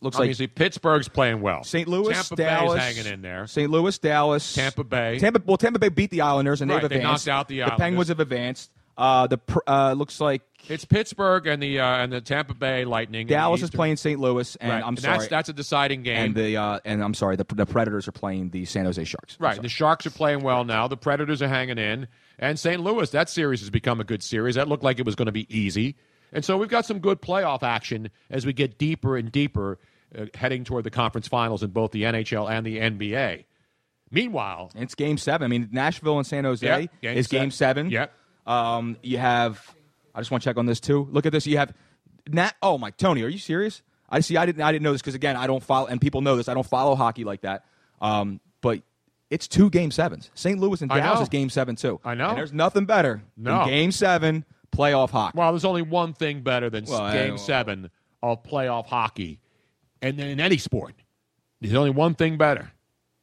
Speaker 11: looks like
Speaker 12: Obviously, Pittsburgh's playing well.
Speaker 11: St. Louis,
Speaker 12: Tampa
Speaker 11: Dallas,
Speaker 12: Bay's hanging in there.
Speaker 11: St. Louis, Dallas, Tampa
Speaker 12: Bay.
Speaker 11: Tampa. Well, Tampa Bay beat the Islanders and
Speaker 12: Right,
Speaker 11: they've
Speaker 12: they
Speaker 11: advanced.
Speaker 12: knocked out the
Speaker 11: the Penguins
Speaker 12: Islanders.
Speaker 11: have advanced. Uh, the pr- uh, looks like
Speaker 12: It's Pittsburgh and the uh, and the Tampa Bay Lightning. in the
Speaker 11: Dallas is
Speaker 12: Eastern.
Speaker 11: playing St. Louis, and
Speaker 12: Right.
Speaker 11: I'm sorry,
Speaker 12: That's, that's a deciding game.
Speaker 11: and the uh, and I'm sorry, the, the Predators are playing the San Jose Sharks.
Speaker 12: Right. The Sharks are playing well now. The Predators are hanging in. And St. Louis, that series has become a good series. That looked like it was going to be easy. And so we've got some good playoff action as we get deeper and deeper uh, heading toward the conference finals in both the NHL and the NBA. Meanwhile,
Speaker 11: It's Game Seven. I mean, Nashville and San Jose
Speaker 12: Yeah, game
Speaker 11: is Game Seven.
Speaker 12: Yep.
Speaker 11: Um, you have. I just want to check on this too. Look at this. You have. Nat, oh my, Tony, are you serious? I see. I didn't. I didn't know this because again, I don't follow, and people know this. I don't follow hockey like that. Um, but it's two Game Sevens. St. Louis and
Speaker 12: I
Speaker 11: Dallas
Speaker 12: know.
Speaker 11: is Game Seven too. I
Speaker 12: know.
Speaker 11: And there's nothing better
Speaker 12: No.
Speaker 11: than Game Seven playoff hockey.
Speaker 12: well, there's only one thing better than
Speaker 11: Well, I-
Speaker 12: Game Seven of playoff hockey, and then in any sport, there's only one thing better.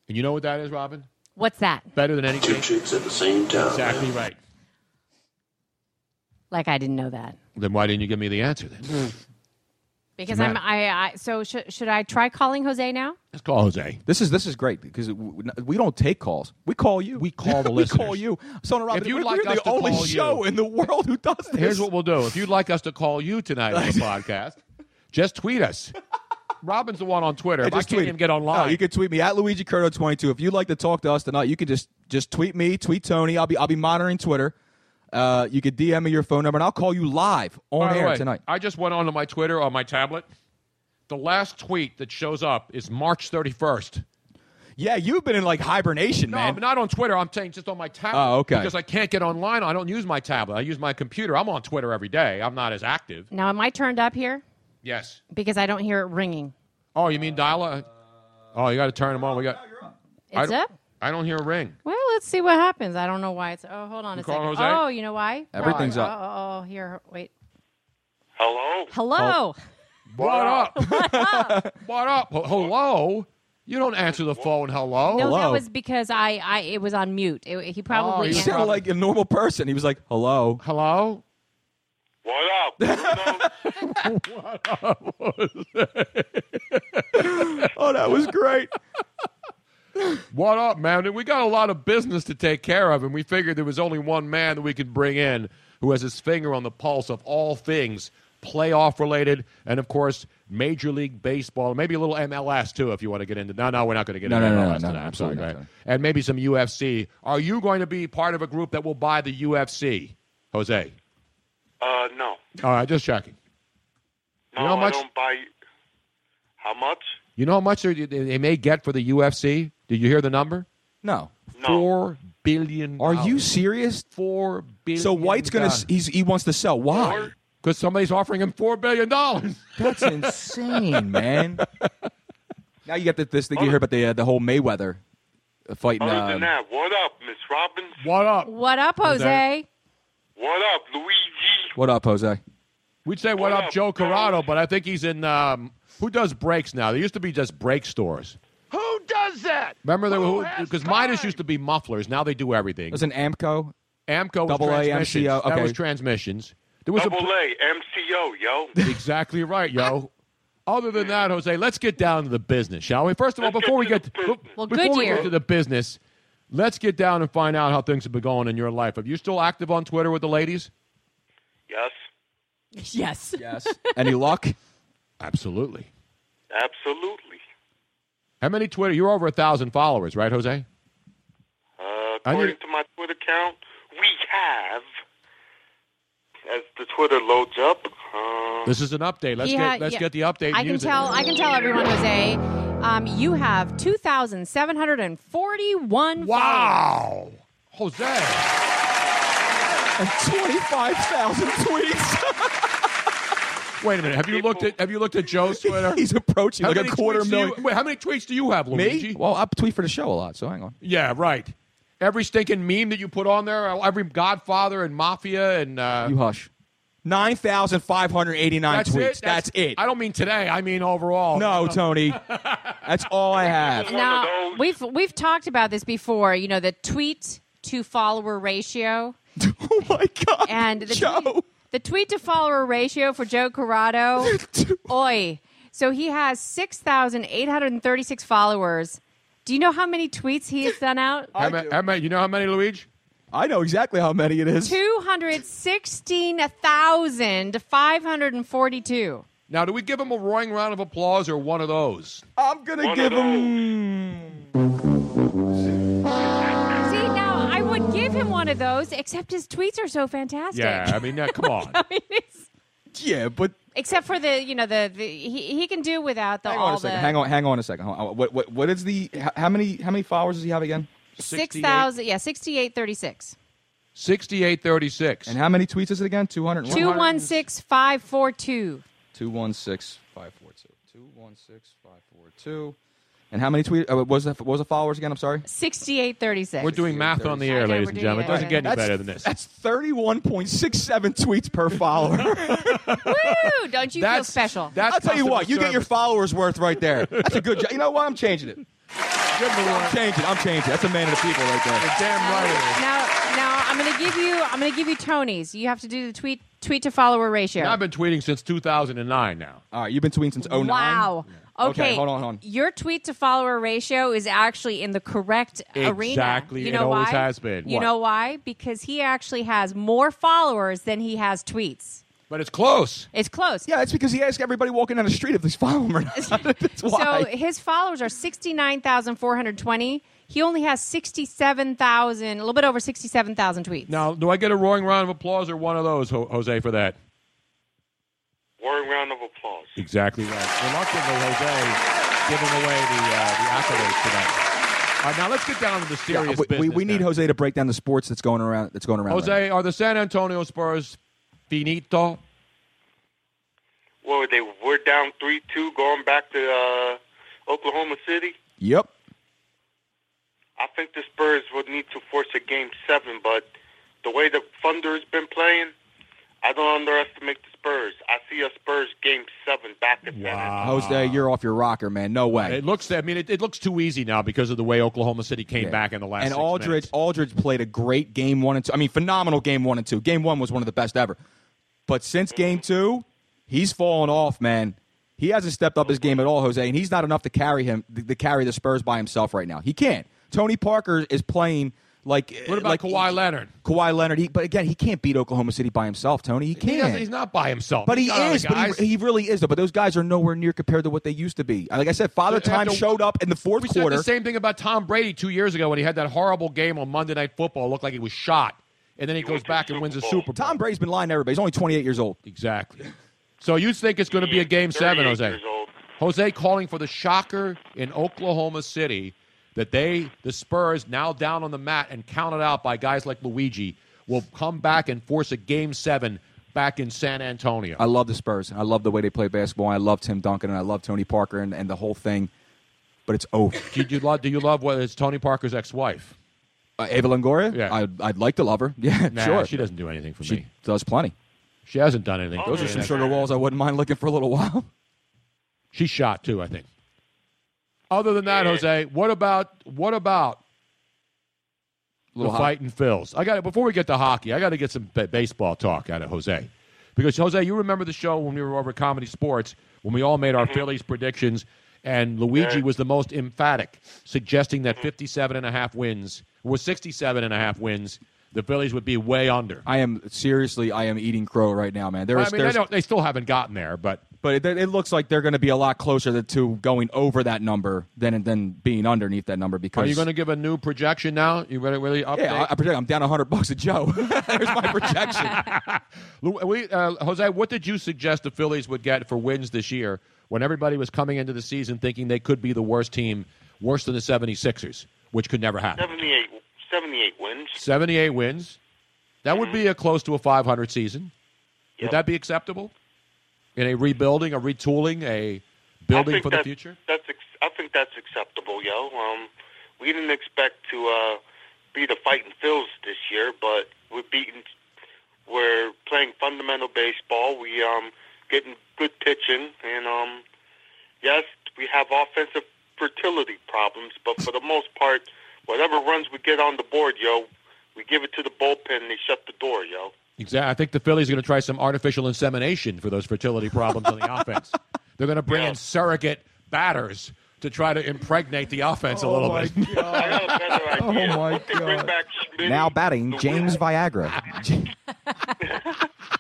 Speaker 12: And you know what that is, Robin?
Speaker 10: What's that?
Speaker 12: Better than any two chicks at the same time. Exactly right.
Speaker 10: Like I didn't know that
Speaker 12: Then why didn't you give me the answer? Then
Speaker 10: because
Speaker 12: Doesn't
Speaker 10: I'm. I, I so sh- should I try calling Jose now?
Speaker 12: let's call Jose.
Speaker 11: This is this is great because we, we don't take calls. We call you. We
Speaker 12: call the
Speaker 11: we call
Speaker 12: listeners.
Speaker 11: you. Son of Robin,
Speaker 12: If you'd
Speaker 11: we're,
Speaker 12: like
Speaker 11: we're
Speaker 12: us
Speaker 11: the
Speaker 12: to
Speaker 11: only
Speaker 12: call you-
Speaker 11: show in the world who does this.
Speaker 12: Here's what we'll do. If you'd like us to call you tonight on the podcast, just tweet us. Robin's the one on Twitter.
Speaker 11: Yeah,
Speaker 12: If I
Speaker 11: just
Speaker 12: can't
Speaker 11: tweet
Speaker 12: even
Speaker 11: it.
Speaker 12: get
Speaker 11: No,
Speaker 12: online.
Speaker 11: you can tweet me at Luigi Curto twenty two. If you'd like to talk to us tonight, you can just just tweet me, tweet Tony. I'll be I'll be monitoring Twitter. Uh, you could DM me your phone number, and I'll call you live on
Speaker 12: By the
Speaker 11: air
Speaker 12: way,
Speaker 11: tonight.
Speaker 12: I just went onto my Twitter on my tablet. The last tweet that shows up is March 31st.
Speaker 11: Yeah, you've been in like hibernation,
Speaker 12: No,
Speaker 11: man.
Speaker 12: I'm not on Twitter. I'm saying just on my tablet.
Speaker 11: Oh, okay.
Speaker 12: Because I can't get online. I don't use my tablet. I use my computer. I'm on Twitter every day. I'm not as active.
Speaker 10: Now am I turned up here
Speaker 12: Yes.
Speaker 10: because I don't hear it ringing?
Speaker 12: Oh, you mean dial up? Oh, you got to turn them on. We got. I
Speaker 10: It's
Speaker 12: don't-
Speaker 10: up?
Speaker 12: I don't hear a ring.
Speaker 10: Well, let's see what happens. I don't know why it's. Oh, hold on
Speaker 12: You
Speaker 10: a second.
Speaker 12: calling Jose?
Speaker 10: Oh, you know why?
Speaker 12: Everything's
Speaker 10: oh,
Speaker 12: up.
Speaker 10: Oh, oh, here, wait.
Speaker 12: Hello.
Speaker 10: Hello.
Speaker 12: What up? What up? what up? H- Hello? You don't answer the phone. Hello? Oh,
Speaker 10: No, that was because I, I it was on mute. It, he probably
Speaker 11: he
Speaker 10: answered.
Speaker 11: sounded like a normal person. He was like, "Hello,
Speaker 12: hello."
Speaker 11: oh, that was great.
Speaker 12: What up, man? We got a lot of business to take care of, and we figured there was only one man that we could bring in who has his finger on the pulse of all things playoff related, and of course, Major League Baseball, maybe a little MLS too, if you want to get into. No, no, we're not going to get
Speaker 11: No,
Speaker 12: into
Speaker 11: no, no,
Speaker 12: MLS
Speaker 11: no, no,
Speaker 12: tonight. I'm sorry,
Speaker 11: absolutely not,
Speaker 12: right?
Speaker 11: Tony.
Speaker 12: and maybe some UFC. Are you going to be part of a group that will buy the UFC, Jose?
Speaker 15: Uh, no.
Speaker 12: All right, just checking.
Speaker 15: No,
Speaker 12: you know how much
Speaker 15: I don't buy. How much?
Speaker 12: you know how much they, they they may get for the UFC? Did you hear the number?
Speaker 11: No.
Speaker 12: Four billion.
Speaker 11: Are you serious?
Speaker 12: Four billion.
Speaker 11: So White's gonna s- he's, he wants to sell. Why?
Speaker 12: Because somebody's offering him four billion dollars.
Speaker 11: That's insane, man. Now you got the, this thing you hear about the uh, the whole Mayweather fighting.
Speaker 15: Other
Speaker 11: Uh,
Speaker 15: than that, what up, Miss Robbins?
Speaker 12: What up?
Speaker 10: What up,
Speaker 11: Jose?
Speaker 10: Jose?
Speaker 15: What up, Luigi?
Speaker 11: what up, Jose?
Speaker 12: We'd say what, up, Joe Corrado, but I think he's in. Um, who does breaks now? There used to be just break stores.
Speaker 13: Who does that?
Speaker 12: Remember there because Midas used to be mufflers. Now they do everything.
Speaker 11: There's an Amco.
Speaker 12: Amco was
Speaker 11: Double A,
Speaker 12: transmissions.
Speaker 11: MCO,
Speaker 12: That
Speaker 11: okay.
Speaker 12: was transmissions. There was a
Speaker 15: Double A, MCO, yo.
Speaker 12: Exactly right, yo. other than that, Jose, let's get down to the business, shall we? First of all, before we get to,
Speaker 10: Well,
Speaker 12: before we
Speaker 10: Goodyear.
Speaker 12: get to the business, let's get down and find out how things have been going in your life. Are you still active on Twitter with the ladies?
Speaker 15: Yes,
Speaker 10: Yes.
Speaker 11: Yes. Any luck?
Speaker 12: Absolutely.
Speaker 15: absolutely.
Speaker 12: How many Twitter? You're over a thousand followers, right, Jose?
Speaker 15: Uh,
Speaker 12: I
Speaker 15: according
Speaker 12: need-
Speaker 15: to my Twitter account, we have, as the Twitter loads up, uh,
Speaker 12: This is an update. Let's
Speaker 10: He
Speaker 12: get
Speaker 10: had-
Speaker 12: let's
Speaker 10: yeah.
Speaker 12: get the update. and
Speaker 10: I can
Speaker 12: use it.
Speaker 10: tell. I can tell everyone, Jose. Um, you have two thousand seven hundred and forty-one.
Speaker 12: Wow, Jose.
Speaker 11: And 25,000 tweets.
Speaker 12: Wait a minute. Have you looked at Have you looked at Joe's Twitter?
Speaker 11: He's approaching
Speaker 12: How
Speaker 11: like a
Speaker 12: many
Speaker 11: quarter
Speaker 12: tweets do you-
Speaker 11: million.
Speaker 12: wait, how many tweets do you have, Luigi?
Speaker 11: Me? Well, I tweet for the show a lot, so hang on.
Speaker 12: Yeah, right. Every stinking meme that you put on there, every Godfather and Mafia and uh,
Speaker 11: You hush. 9,589
Speaker 12: that's
Speaker 11: tweets.
Speaker 12: It?
Speaker 11: That's, it.
Speaker 12: I don't mean today. I mean overall. Uh,
Speaker 11: No, Tony. that's all I have.
Speaker 10: Now we've we've talked about this before. You know the tweet to follower ratio.
Speaker 11: oh my god!
Speaker 10: And the Tweet, the tweet to follower ratio for Joe Corrado. Oi! So he has six thousand eight hundred and thirty-six followers. Do you know how many tweets he has done out?
Speaker 12: How ma- how ma- you know how many, Luigi?
Speaker 11: I know exactly how many it is.
Speaker 10: 216,542.
Speaker 12: Now, do we give him a roaring round of applause or one of those?
Speaker 11: I'm gonna give him.
Speaker 10: See, now I would give him one of those, except his tweets are so fantastic.
Speaker 12: Yeah, I mean, yeah, come on.
Speaker 10: I mean, it's-
Speaker 11: Yeah, but
Speaker 10: except for the, you know, the, the he, he can do without the
Speaker 11: hang
Speaker 10: all
Speaker 11: on a
Speaker 10: the
Speaker 11: second. Hang on, hang on a second. Hold on. What, what, what is the? h- How many? How many followers does he have again?
Speaker 10: 6,000, yeah, 6,836.
Speaker 12: Sixty-eight thirty-six.
Speaker 11: And how many tweets is it again? 200.
Speaker 10: 216,542.
Speaker 11: 216542. 216542. And how many tweets? Uh, what was that? What was the followers again? I'm sorry.
Speaker 10: 6,836.
Speaker 12: We're doing math on the air, ladies and gentlemen. It doesn't get any
Speaker 11: That's-
Speaker 12: better than this.
Speaker 11: That's 31.67 tweets per follower.
Speaker 10: Woo! Don't you feel
Speaker 11: That's-
Speaker 10: special?
Speaker 11: I'll tell you what, you get your followers worth right there. That's a good job. You know what? I'm changing it. I'm changing. it. I'm changing. it. That's a man of the people right there.
Speaker 12: damn
Speaker 10: Now, now I'm gonna give you. I'm gonna give you Tony's. You have to do the tweet tweet to follower ratio.
Speaker 12: I've been tweeting since 2009 now.
Speaker 11: All right, you've been tweeting since
Speaker 12: Oh,
Speaker 11: 09.
Speaker 10: Wow. Okay.
Speaker 11: Okay, hold on, hold on.
Speaker 10: Your tweet to follower ratio is actually in the correct arena.
Speaker 12: Exactly.
Speaker 10: You
Speaker 12: It
Speaker 10: know why?
Speaker 12: always has been.
Speaker 10: You
Speaker 12: What?
Speaker 10: know why? Because he actually has more followers than he has tweets.
Speaker 12: But it's close.
Speaker 10: It's close.
Speaker 11: Yeah, it's because he asked everybody walking down the street if he's following him or not. That's why.
Speaker 10: So his followers are 69,420. He only has 67,000, a little bit over 67,000 tweets.
Speaker 12: Now, do I get a roaring round of applause or one of those, Ho- Jose, for that?
Speaker 15: roaring round of applause.
Speaker 12: Exactly right. Reluctantly, Jose giving away the uh, the accolades tonight. All right, now let's get down to the
Speaker 11: Yeah,
Speaker 12: serious
Speaker 11: we, we,
Speaker 12: business.
Speaker 11: we need Jose to break down the sports that's going around. That's going around. right
Speaker 12: Jose, are the San Antonio Spurs finito?
Speaker 15: Well, they were down three two, going back to uh, Oklahoma City.
Speaker 11: now. Yep.
Speaker 15: I think the Spurs would need to force a game seven, but the way the Thunder's been playing, I don't underestimate the Spurs. I see a Spurs game seven back to
Speaker 12: Ah.
Speaker 15: wow.
Speaker 11: Jose, you're off your rocker, man. No way.
Speaker 12: It looks. I mean, it, it looks too easy now because of the way Oklahoma City came
Speaker 11: Yeah.
Speaker 12: back in the last.
Speaker 11: and
Speaker 12: six
Speaker 11: Aldridge,
Speaker 12: minutes.
Speaker 11: Aldridge played a great game one and two. I mean, phenomenal game one and two. Game one was one of the best ever. But since game two, he's fallen off, man. He hasn't stepped up his game at all, Jose, and he's not enough to carry him to carry the Spurs by himself right now. He can't. Tony Parker is playing like
Speaker 12: What about
Speaker 11: like,
Speaker 12: Kawhi Leonard?
Speaker 11: Kawhi Leonard, he, but again, he can't beat Oklahoma City by himself, Tony. He
Speaker 12: He
Speaker 11: can't.
Speaker 12: doesn't- he's not by himself.
Speaker 11: But he
Speaker 12: He's got other
Speaker 11: is. But
Speaker 12: guys.
Speaker 11: he, he really is. Though. But those guys are nowhere near compared to what they used to be. Like I said, Father
Speaker 12: They have
Speaker 11: Time
Speaker 12: to-
Speaker 11: showed up in the fourth
Speaker 12: we
Speaker 11: quarter.
Speaker 12: said the same thing about Tom Brady two years ago when he had that horrible game on Monday Night Football. Looked like he was shot, and then he, goes back and wins a Super Bowl.
Speaker 11: Tom Brady's been lying to everybody. He's only 28 years old.
Speaker 12: Exactly. So you think it's going to be a game seven, Jose?
Speaker 15: years old.
Speaker 12: Jose calling for the shocker in Oklahoma City that they, the Spurs, now down on the mat and counted out by guys like Luigi, will come back and force a game seven back in San Antonio.
Speaker 11: I love the Spurs. I love the way they play basketball. I love Tim Duncan and I love Tony Parker and, and the whole thing. But it's over.
Speaker 12: do, you love, do you love whether it's Tony Parker's ex-wife?
Speaker 11: Uh, Ava Longoria. Yeah. I'd, I'd like to love her. Yeah,
Speaker 12: Nah,
Speaker 11: sure.
Speaker 12: she doesn't do anything for
Speaker 11: She
Speaker 12: me.
Speaker 11: does plenty.
Speaker 12: She hasn't done anything.
Speaker 11: Those
Speaker 12: for
Speaker 11: are
Speaker 12: me.
Speaker 11: some sugar walls I wouldn't mind looking for a little while.
Speaker 12: She shot too, I think. Other than that, Jose, what about what about
Speaker 11: Little
Speaker 12: the
Speaker 11: hot.
Speaker 12: fighting Phils? I got before we get to hockey. I got to get some ba- baseball talk out of Jose. Because Jose, you remember the show when we were over at Comedy Sports when we all made
Speaker 11: Mm-hmm.
Speaker 12: our Phillies predictions, and Luigi
Speaker 15: Yeah.
Speaker 12: was the most emphatic, suggesting
Speaker 11: Mm-hmm.
Speaker 12: that 57 and a half wins, or 67 and a half wins, the Phillies would be way under.
Speaker 11: I am seriously, I am eating crow right now, man. There
Speaker 12: I
Speaker 11: is,
Speaker 12: mean, they
Speaker 11: there's-
Speaker 12: don't- they still haven't gotten there, but
Speaker 11: but it, it looks like they're going to be a lot closer to, to going over that number than than being underneath that number because
Speaker 12: are you going to give a new projection now? You going to really update?
Speaker 11: yeah, I, I predict I'm down 100 bucks a Joe.
Speaker 12: Lou- we, uh, Jose, what did you suggest the Phillies would get for wins this year when everybody was coming into the season thinking they could be the worst team, worse than the 76ers, which could never happen?
Speaker 15: 78, 78 wins. Mm-hmm.
Speaker 12: 78 wins. That would be a close to a 500 season.
Speaker 15: Yep.
Speaker 12: Would that be acceptable in a rebuilding, a retooling, a
Speaker 15: I
Speaker 12: building
Speaker 15: think
Speaker 12: for the
Speaker 15: that-
Speaker 12: future?
Speaker 15: That's ex- I think that's acceptable, yo. Um, we didn't expect to uh, be the fighting Phils this year, but we're beating. We're playing fundamental baseball. We um getting good pitching, and um, yes, we have offensive fertility problems, but for the most part, whatever runs we get on the board, yo, we give it to the bullpen. They shut the door, yo.
Speaker 12: Exactly. I think the Phillies are going to try some artificial insemination for those fertility problems on the offense. They're going to bring in surrogate batters to try to impregnate the offense a little bit.
Speaker 11: oh my god! Now batting James Viagra.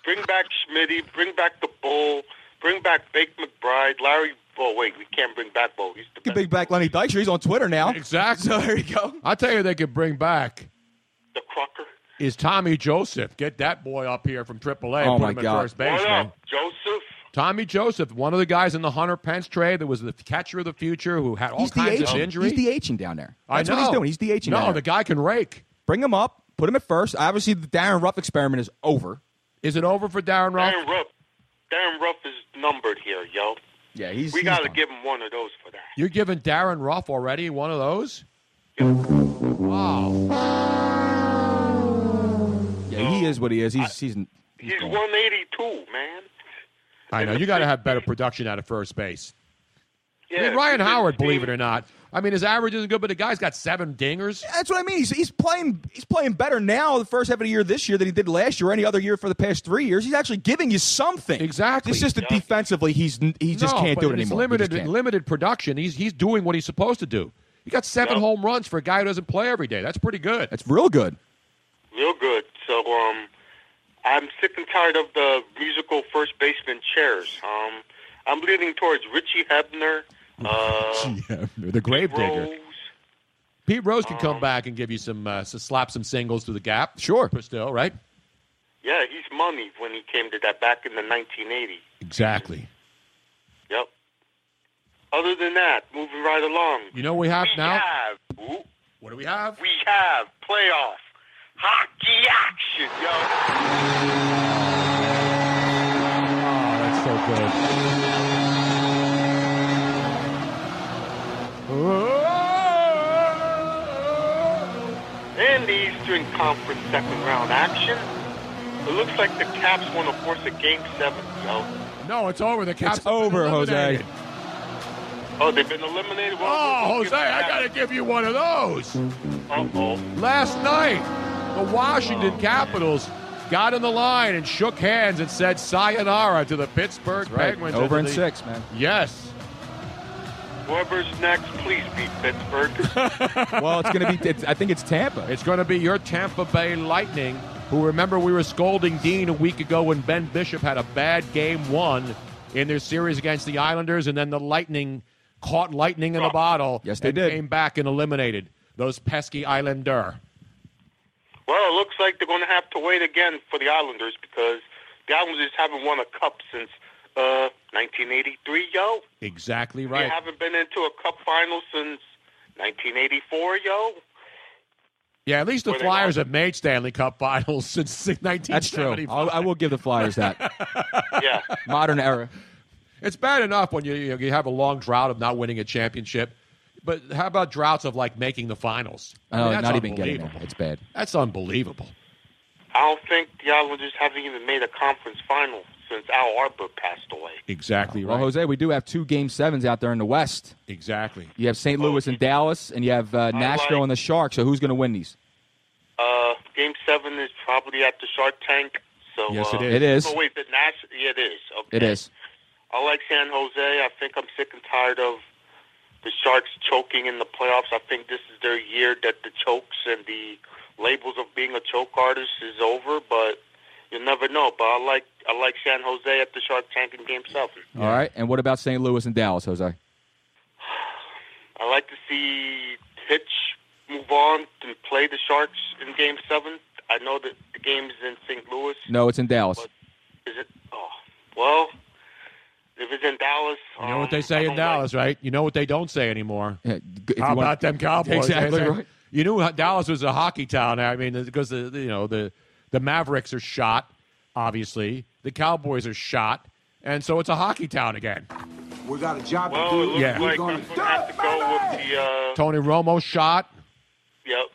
Speaker 15: Bring back Schmitty. Bring back the Bull. Bring back Bake McBride. Larry. Oh wait, we can't bring back Bull. He's the
Speaker 11: Get big back Lenny Dykstra. He's on Twitter now.
Speaker 12: Exactly.
Speaker 11: So there you go.
Speaker 12: I tell you, they could bring back
Speaker 15: the Crocker.
Speaker 12: is Tommy Joseph. Get that boy up here from AAA.
Speaker 11: Oh,
Speaker 12: put
Speaker 11: my
Speaker 12: him
Speaker 11: God.
Speaker 12: At first base,
Speaker 15: What
Speaker 12: man.
Speaker 15: up, Joseph?
Speaker 12: Tommy Joseph, one of the guys in the Hunter Pence trade that was the catcher of the future who had all
Speaker 11: He's
Speaker 12: kinds
Speaker 11: DHing.
Speaker 12: of injury.
Speaker 11: He's DHing down there.
Speaker 12: I
Speaker 11: That's what he's
Speaker 12: know.
Speaker 11: doing. He's DHing.
Speaker 12: No,
Speaker 11: down there.
Speaker 12: the guy can rake.
Speaker 11: Bring him up. Put him at first. Obviously, the Darren Ruff experiment is over.
Speaker 12: Is it over for Darren Ruff?
Speaker 15: Darren Ruff. Darren Ruff is numbered here, yo.
Speaker 11: Yeah,
Speaker 12: he's-
Speaker 15: We
Speaker 12: he's
Speaker 15: gotta
Speaker 12: done.
Speaker 15: give him one of those for that.
Speaker 12: You're giving Darren Ruff already one of those? Wow.
Speaker 11: Yeah, he is what he is. He's he's.
Speaker 15: He's 182, man.
Speaker 12: I know. You got to have better production out of first base. I
Speaker 15: Yeah.
Speaker 12: mean, Ryan Howard, believe it or not. I mean, his average isn't good, but the guy's got seven dingers.
Speaker 11: That's what I mean. He's, he's playing. He's playing better now. The first half of the year this year than he did last year or any other year for the past three years. He's actually giving you something. Exactly. It's just that defensively, he's he just
Speaker 12: No,
Speaker 11: can't
Speaker 12: but
Speaker 11: do it
Speaker 12: it's
Speaker 11: anymore. He
Speaker 12: Limited,
Speaker 11: just can't.
Speaker 12: limited production. He's he's doing what he's supposed to do. He got seven home runs for a guy who doesn't play every day. That's pretty good.
Speaker 11: That's real good.
Speaker 15: Real good. So, um, I'm sick and tired of the musical first baseman chairs. Um, I'm leaning towards Richie Hebner. Uh,
Speaker 12: yeah, the grave digger.
Speaker 15: Rose.
Speaker 12: Pete Rose can
Speaker 15: Um,
Speaker 12: come back and give you some, uh, s- slap some singles through the gap. Sure, still right.
Speaker 15: yeah, he's money when he came to that back in the 1980s.
Speaker 12: Exactly.
Speaker 15: Yep. Other than that, moving right along.
Speaker 12: You know what we have
Speaker 15: we
Speaker 12: now?
Speaker 15: Have, ooh,
Speaker 12: what do we have?
Speaker 15: We have playoff hockey action, yo.
Speaker 12: Oh, That's so
Speaker 15: And the Eastern Conference second round action. It looks like the Caps want to force a game seven, yo.
Speaker 12: good. No, it's over. The Caps
Speaker 11: It's over, Jose.
Speaker 15: Oh, they've been eliminated.
Speaker 12: Oh, Jose, I got to give you one of those.
Speaker 15: Uh-oh. Oh,
Speaker 12: Last night, the Washington Capitals got in the line and shook hands and said sayonara to the Pittsburgh
Speaker 11: Right.
Speaker 12: Penguins.
Speaker 11: Over in
Speaker 12: and the-
Speaker 11: six, man.
Speaker 12: Yes.
Speaker 15: Whoever's next, please beat Pittsburgh.
Speaker 11: well, it's going to be. It's, I think it's Tampa.
Speaker 12: It's going to be your Tampa Bay Lightning, who remember we were scolding Dean a week ago when Ben Bishop had a bad game one in their series against the Islanders, and then the Lightning caught lightning
Speaker 15: Oh.
Speaker 12: in a bottle. Yes, they and did. Came back and eliminated those pesky Islander.
Speaker 15: Well, it looks like they're going to have to wait again for the Islanders because the Islanders haven't won a cup since uh, 1983, yo.
Speaker 12: Exactly
Speaker 15: They
Speaker 12: right.
Speaker 15: haven't been into a cup final since 1984, yo.
Speaker 12: Yeah, at least the
Speaker 15: Where they
Speaker 12: Flyers have made Stanley Cup finals since 1975.
Speaker 11: That's true. I'll, I will give the Flyers that.
Speaker 15: yeah.
Speaker 11: Modern era.
Speaker 12: It's bad enough when you you, know, you have a long drought of not winning a championship, but how about droughts of like making the finals? I mean,
Speaker 11: Oh,
Speaker 12: that's
Speaker 11: not even getting
Speaker 12: unbelievable.
Speaker 11: there. It's bad.
Speaker 12: That's unbelievable.
Speaker 15: I don't think the Islanders haven't even made a conference final since Al Arbor passed away.
Speaker 12: Exactly
Speaker 11: Oh, Well, Jose, we do have two game sevens out there in the West.
Speaker 12: Exactly.
Speaker 11: You have St. Louis and Dallas, and you have uh, Nashville and the Sharks. So who's going to win these?
Speaker 15: Uh, game seven is probably at the Shark Tank. So
Speaker 11: Yes,
Speaker 15: uh,
Speaker 11: it is. It is.
Speaker 15: Oh wait, the Nash. Yeah, it is. Okay.
Speaker 11: It is.
Speaker 15: I like San Jose. I think I'm sick and tired of the Sharks choking in the playoffs. I think this is their year that the chokes and the labels of being a choke artist is over. But you never know. But I like I like San Jose at the Shark Tank in Game Seven.
Speaker 11: All right. And what about St. Louis and Dallas, Jose?
Speaker 15: I like to see Hitch move on and play the Sharks in Game Seven. I know that the game is in St. Louis.
Speaker 11: No, it's in Dallas.
Speaker 15: Is it? Oh, well, if it's in Dallas, um,
Speaker 12: You know what they say in Dallas, right? You know what they don't say anymore.
Speaker 11: if you
Speaker 12: How
Speaker 11: wanna-
Speaker 12: about them Cowboys?
Speaker 11: Exactly
Speaker 12: They say-
Speaker 11: right.
Speaker 12: You knew how- Dallas was a hockey town. I mean, because the the- you know the the Mavericks are shot, obviously. The Cowboys are shot, and so it's a hockey town again.
Speaker 16: We got a job
Speaker 15: well,
Speaker 16: to
Speaker 15: it
Speaker 16: do.
Speaker 15: looks
Speaker 12: Yeah.
Speaker 15: like I'm gonna have to go with the. Uh,
Speaker 12: Tony Romo shot.
Speaker 15: Yep.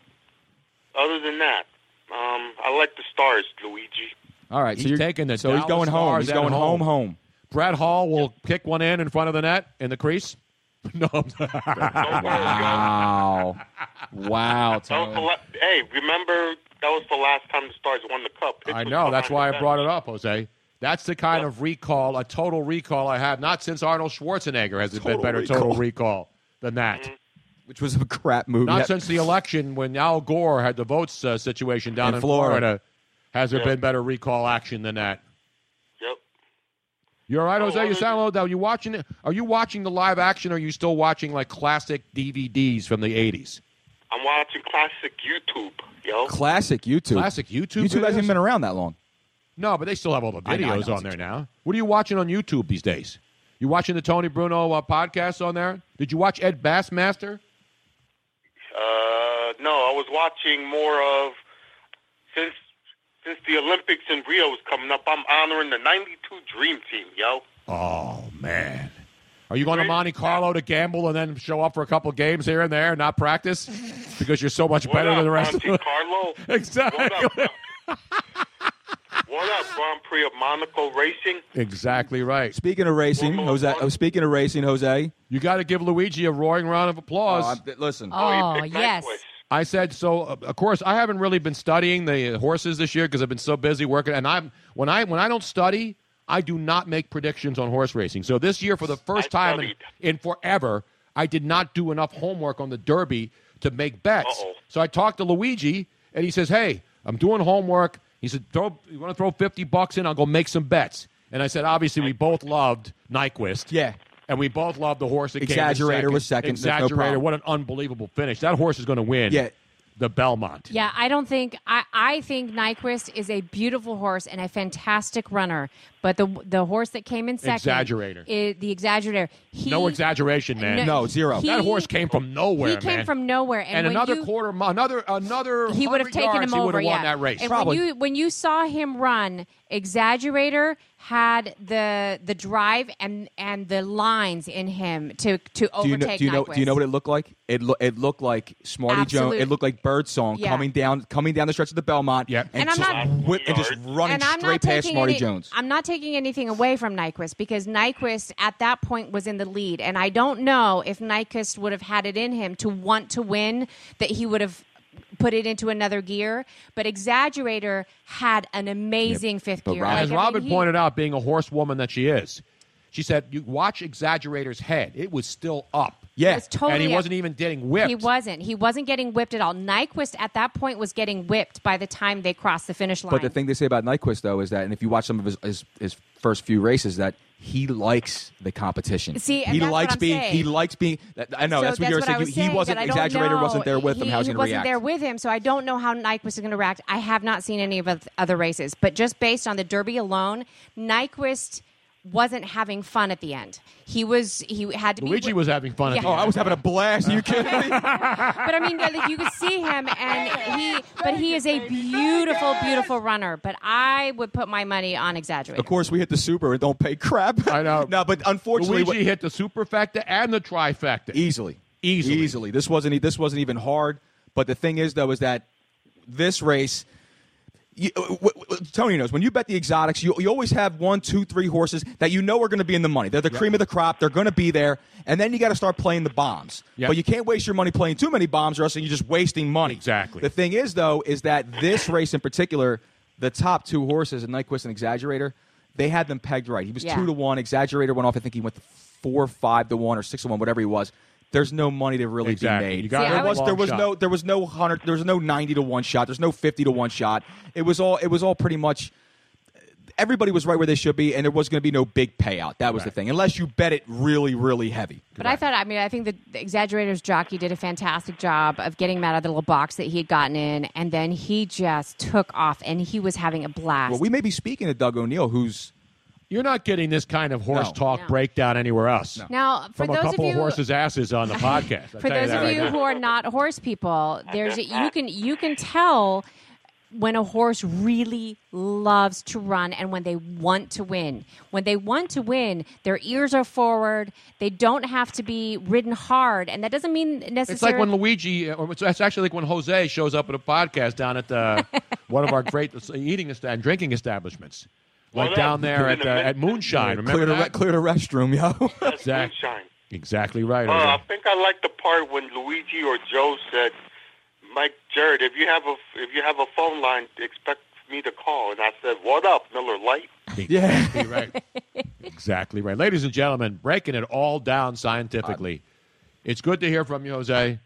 Speaker 15: Other than that, um, I like the Stars, Luigi.
Speaker 11: All right.
Speaker 12: He's
Speaker 11: so you're
Speaker 12: taking the
Speaker 11: So he's
Speaker 12: Dallas
Speaker 11: going home.
Speaker 12: Stars
Speaker 11: He's
Speaker 12: at
Speaker 11: going home. Home.
Speaker 12: Brad Hall will kick one in in front of the net in the crease. No. I'm-
Speaker 11: Wow. wow.
Speaker 15: That was the la- hey, remember that was the last time the Stars won the Cup.
Speaker 12: I know. That's why I brought it up, Jose. That's the kind of recall, a total recall I have. Not since Arnold Schwarzenegger has it been
Speaker 11: Total
Speaker 12: better
Speaker 11: recall.
Speaker 12: total recall than that.
Speaker 11: Which was a crap movie.
Speaker 12: Not since the election when Al Gore had the votes uh, situation down in,
Speaker 11: In Florida.
Speaker 12: has there
Speaker 11: Yeah.
Speaker 12: been better recall action than that.
Speaker 15: Yep.
Speaker 12: You all right, Jose? You sound low down. You watching it? Are you watching the live action? Or are you still watching like classic DVDs from the eighties?
Speaker 15: I'm watching classic YouTube, yo.
Speaker 11: Classic YouTube.
Speaker 12: Classic YouTube
Speaker 11: YouTube
Speaker 12: videos?
Speaker 11: hasn't even been around that long.
Speaker 12: No, but they still have all the
Speaker 11: I know, I know,
Speaker 12: videos
Speaker 11: I
Speaker 12: on there now. What are you watching on YouTube these days? You watching the Tony Bruno uh, podcast on there? Did you watch Ed Bassmaster?
Speaker 15: Uh, no, I was watching more of since since the Olympics in Rio is coming up. I'm honoring the '92 Dream Team, yo.
Speaker 12: Oh man, are you going to Monte Carlo to gamble and then show up for a couple games here and there and not practice because you're so much better
Speaker 15: what up,
Speaker 12: than the rest? of
Speaker 15: Monte
Speaker 12: them?
Speaker 15: Carlo?
Speaker 12: exactly.
Speaker 15: What up? what up, Grand Prix of Monaco Racing?
Speaker 12: Exactly right.
Speaker 11: Speaking of racing, Jose. Oh, speaking of racing, Jose.
Speaker 12: You got to give Luigi a roaring round of applause.
Speaker 11: Oh, I'm- listen.
Speaker 10: Oh, yes.
Speaker 12: I said so. uh, Of course, I haven't really been studying the horses this year because I've been so busy working. And I'm when I when I don't study, I do not make predictions on horse racing. So this year, for the first time in, in forever, I did not do enough homework on the Derby to make bets. So I talked to Luigi, and he says, "Hey, I'm doing homework." He said, throw, "You want to throw fifty bucks in? I'll go make some bets." And I said, "Obviously, we both loved Nyquist."
Speaker 11: Yeah.
Speaker 12: And we both loved the horse that came in
Speaker 11: Exaggerator was second. There's no
Speaker 12: Exaggerator,
Speaker 11: problem.
Speaker 12: what an unbelievable finish! That horse is going to win. Yeah. the Belmont.
Speaker 10: Yeah, I don't think I, I think Nyquist is a beautiful horse and a fantastic runner, but the the horse that came in second
Speaker 12: Exaggerator.
Speaker 10: i- the exaggerator. He,
Speaker 12: no exaggeration, man.
Speaker 10: No, No, zero. he-
Speaker 12: that horse came from nowhere.
Speaker 10: He came
Speaker 12: man.
Speaker 10: from nowhere, and,
Speaker 12: And
Speaker 10: when
Speaker 12: another
Speaker 10: you-
Speaker 12: quarter, mi- another another.
Speaker 10: He would have
Speaker 12: 100
Speaker 10: taken
Speaker 12: yards,
Speaker 10: him
Speaker 12: he would
Speaker 10: over.
Speaker 12: have won
Speaker 10: yeah.
Speaker 12: that race.
Speaker 10: And when you when you saw him run, exaggerator had the the drive and and the lines in him to to
Speaker 11: Do you,
Speaker 10: overtake.
Speaker 11: know, do you know? Do you know what it looked like? It lo- it looked like Smarty Jones.
Speaker 10: Absolute.
Speaker 11: It looked like Birdsong
Speaker 10: Yeah.
Speaker 11: coming down, coming down the stretch of the Belmont, and,
Speaker 10: And I'm
Speaker 11: just
Speaker 10: not-
Speaker 11: whip, and just running
Speaker 10: and I'm
Speaker 11: straight
Speaker 10: not
Speaker 11: past
Speaker 10: taking
Speaker 11: Smarty
Speaker 10: any-
Speaker 11: Jones.
Speaker 10: I'm not taking anything away from Nyquist because Nyquist at that point was in the lead, and I don't know if Nyquist would have had it in him to want to win that he would have put it into another gear. But Exaggerator had an amazing fifth
Speaker 12: But
Speaker 10: gear.
Speaker 12: Robin-
Speaker 10: Like,
Speaker 12: as
Speaker 10: I mean,
Speaker 12: Robin
Speaker 10: he-
Speaker 12: pointed out, being a horsewoman that she is, she said, "You watch Exaggerator's head; it was still up.
Speaker 10: Yeah. It was totally
Speaker 12: and he
Speaker 10: up.
Speaker 12: wasn't even getting whipped.
Speaker 10: He wasn't. He wasn't getting whipped at all. Nyquist at that point was getting whipped by the time they crossed the finish line.
Speaker 11: But the thing they say about Nyquist though is that, and if you watch some of his his, his first few races, that he likes the competition.
Speaker 10: See, and
Speaker 11: he
Speaker 10: that's what
Speaker 11: likes
Speaker 10: I'm
Speaker 11: being
Speaker 10: saying.
Speaker 11: he likes being. that- I know
Speaker 10: So
Speaker 11: that's what you were
Speaker 10: I
Speaker 11: saying.
Speaker 10: was
Speaker 11: You-
Speaker 10: saying,
Speaker 11: he wasn't
Speaker 10: that I don't
Speaker 11: exaggerator
Speaker 10: know.
Speaker 11: wasn't there with him.
Speaker 10: He-
Speaker 11: How was he going to
Speaker 10: wasn't
Speaker 11: react?
Speaker 10: there with him, so I don't know how Nyquist is going to react. I have not seen any of oth- other races, but just based on the Derby alone, Nyquist wasn't having fun at the end. He was. He had to
Speaker 12: Luigi
Speaker 10: be.
Speaker 12: was having fun. At
Speaker 10: Yeah.
Speaker 12: the
Speaker 10: Oh,
Speaker 12: end.
Speaker 10: I was having
Speaker 11: a blast. you kidding me?
Speaker 10: but I mean, like, you could see him, and he. But he is a beautiful, beautiful runner. But I would put my money on exaggerating.
Speaker 11: Of course, we hit the super and don't pay crap. I know. no, but unfortunately,
Speaker 12: Luigi hit the superfecta and the trifecta
Speaker 11: easily,
Speaker 12: easily,
Speaker 11: easily. This wasn't e-, this wasn't even hard. But the thing is, though, is that this race. You, uh, w- w- w- Tony knows when you bet the exotics, you, you always have one, two, three horses that you know are going to be in the money. They're the cream of the crop. They're going to be there, and then you got to start playing the bombs. But you can't waste your money playing too many bombs, or else you're just wasting money. Exactly. The thing is, though, is that this race in particular, the top two horses, Nyquist and Exaggerator, they had them pegged right. He was
Speaker 16: Yeah.
Speaker 11: two to one. Exaggerator went off. I think he went four, five to one, or six to one, whatever he was. There's no money to really
Speaker 12: Exactly.
Speaker 11: be made.
Speaker 12: You got
Speaker 11: there
Speaker 12: a
Speaker 11: was
Speaker 12: long
Speaker 11: there was
Speaker 12: shot.
Speaker 11: no there was no hundred there was no ninety to one shot. There's no fifty to one shot. It was all it was all pretty much. Everybody was right where they should be, and there was going to be no big payout. That was the thing, unless you bet it really, really heavy.
Speaker 10: But I thought, I mean, I think the, the exaggerator's jockey did a fantastic job of getting him out of the little box that he had gotten in, and then he just took off, and he was having a blast.
Speaker 11: Well, we may be speaking to Doug O'Neill, who's
Speaker 12: you're not getting this kind of horse talk breakdown anywhere else.
Speaker 10: Now, for
Speaker 12: from
Speaker 10: those
Speaker 12: a
Speaker 10: of
Speaker 12: couple
Speaker 10: you-
Speaker 12: horses' asses on the podcast. I'll
Speaker 10: For
Speaker 12: tell
Speaker 10: those
Speaker 12: that
Speaker 10: of
Speaker 12: right
Speaker 10: you
Speaker 12: now.
Speaker 10: who are not horse people, there's you can you can tell when a horse really loves to run and when they want to win. When they want to win, their ears are forward. They don't have to be ridden hard, and that doesn't mean necessarily.
Speaker 12: It's like when Luigi, or it's it's actually like when Jose shows up at a podcast down at the, one of our great eating est- and drinking establishments, like
Speaker 6: Well, that-
Speaker 12: down there at, uh, at Moonshine. Remember
Speaker 11: cleared, a, re-
Speaker 12: that?
Speaker 11: cleared a restroom, yo.
Speaker 12: Exact- Exactly right.
Speaker 15: Uh, I
Speaker 12: Jose.
Speaker 15: think I like the part when Luigi or Joe said, "Mike Jared, if you have a if you have a phone line, expect me to call." And I said, "What up, Miller Light?"
Speaker 12: Exactly right. Exactly right. Ladies and gentlemen, breaking it all down scientifically. It's good to hear from you, Jose.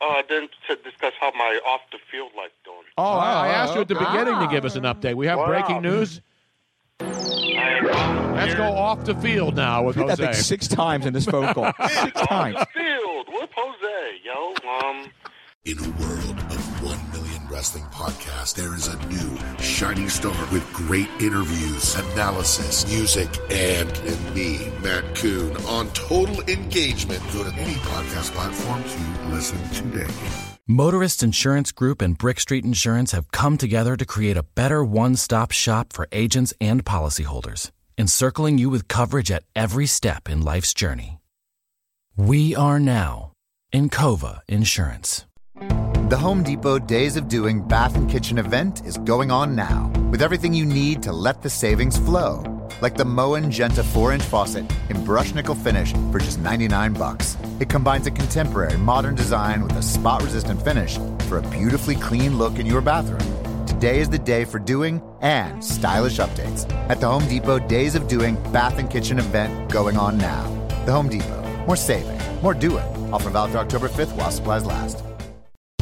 Speaker 15: Uh, then to discuss how my off the field life doing.
Speaker 12: Oh, I I asked you at the beginning to give us an update. We have
Speaker 15: Wow.
Speaker 12: breaking news. Let's go off the field now with
Speaker 11: Hit
Speaker 12: Jose.
Speaker 11: that thing six times in this phone call. Six times.
Speaker 15: Field with Jose, yo. Um,
Speaker 2: In a world of 1 million wrestling podcasts, there is a new shining star with great interviews, analysis, music, and, and me, Matt Coon, on total engagement. Go to any podcast platform to listen today.
Speaker 17: Motorist Insurance Group and Brick Street Insurance have come together to create a better one stop shop for agents and policyholders, encircling you with coverage at every step in life's journey. We are now Encova Insurance.
Speaker 3: The Home Depot Days of Doing Bath and Kitchen event is going on now with everything you need to let the savings flow, like the Moen Genta 4-inch faucet in brush nickel finish for just 99 bucks. It combines a contemporary modern design with a spot-resistant finish for a beautifully clean look in your bathroom. Today is the day for doing and stylish updates at the Home Depot Days of Doing Bath and Kitchen event going on now. The Home Depot. More saving, more doing. Offer valid through October 5th while supplies last.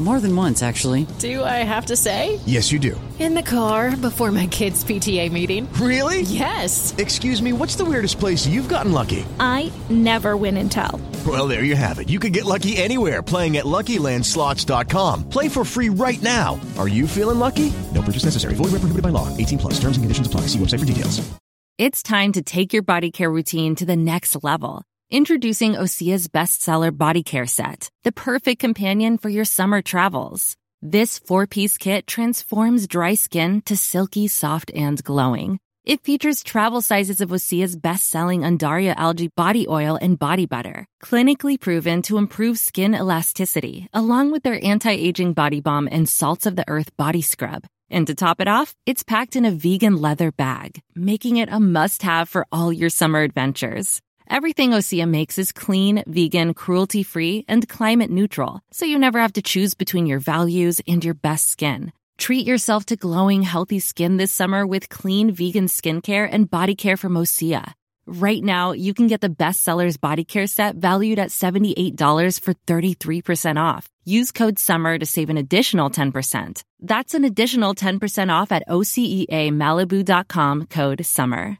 Speaker 18: More than once, actually.
Speaker 19: Do I have to say?
Speaker 20: Yes, you do.
Speaker 19: In the car before my kids' PTA meeting.
Speaker 20: Really?
Speaker 19: Yes.
Speaker 20: Excuse me, what's the weirdest place you've gotten lucky?
Speaker 21: I never win and tell.
Speaker 20: Well, there you have it. You can get lucky anywhere playing at LuckyLandSlots.com. Play for free right now. Are you feeling lucky? No purchase necessary. Void where prohibited by law. 18 plus. Terms and conditions apply. See website for details.
Speaker 22: It's time to take your body care routine to the next level. Introducing Osea's bestseller body care set, the perfect companion for your summer travels. This four piece kit transforms dry skin to silky, soft, and glowing. It features travel sizes of Osea's best selling Undaria algae body oil and body butter, clinically proven to improve skin elasticity, along with their anti aging body balm and salts of the earth body scrub. And to top it off, it's packed in a vegan leather bag, making it a must have for all your summer adventures. Everything Osea makes is clean, vegan, cruelty free, and climate neutral, so you never have to choose between your values and your best skin. Treat yourself to glowing, healthy skin this summer with clean vegan skincare and body care from Osea. Right now, you can get the bestsellers body care set valued at $78 for 33% off. Use code SUMMER to save an additional E 10%. That's an additional 10% off at OCEAMalibu.com code SUMMER.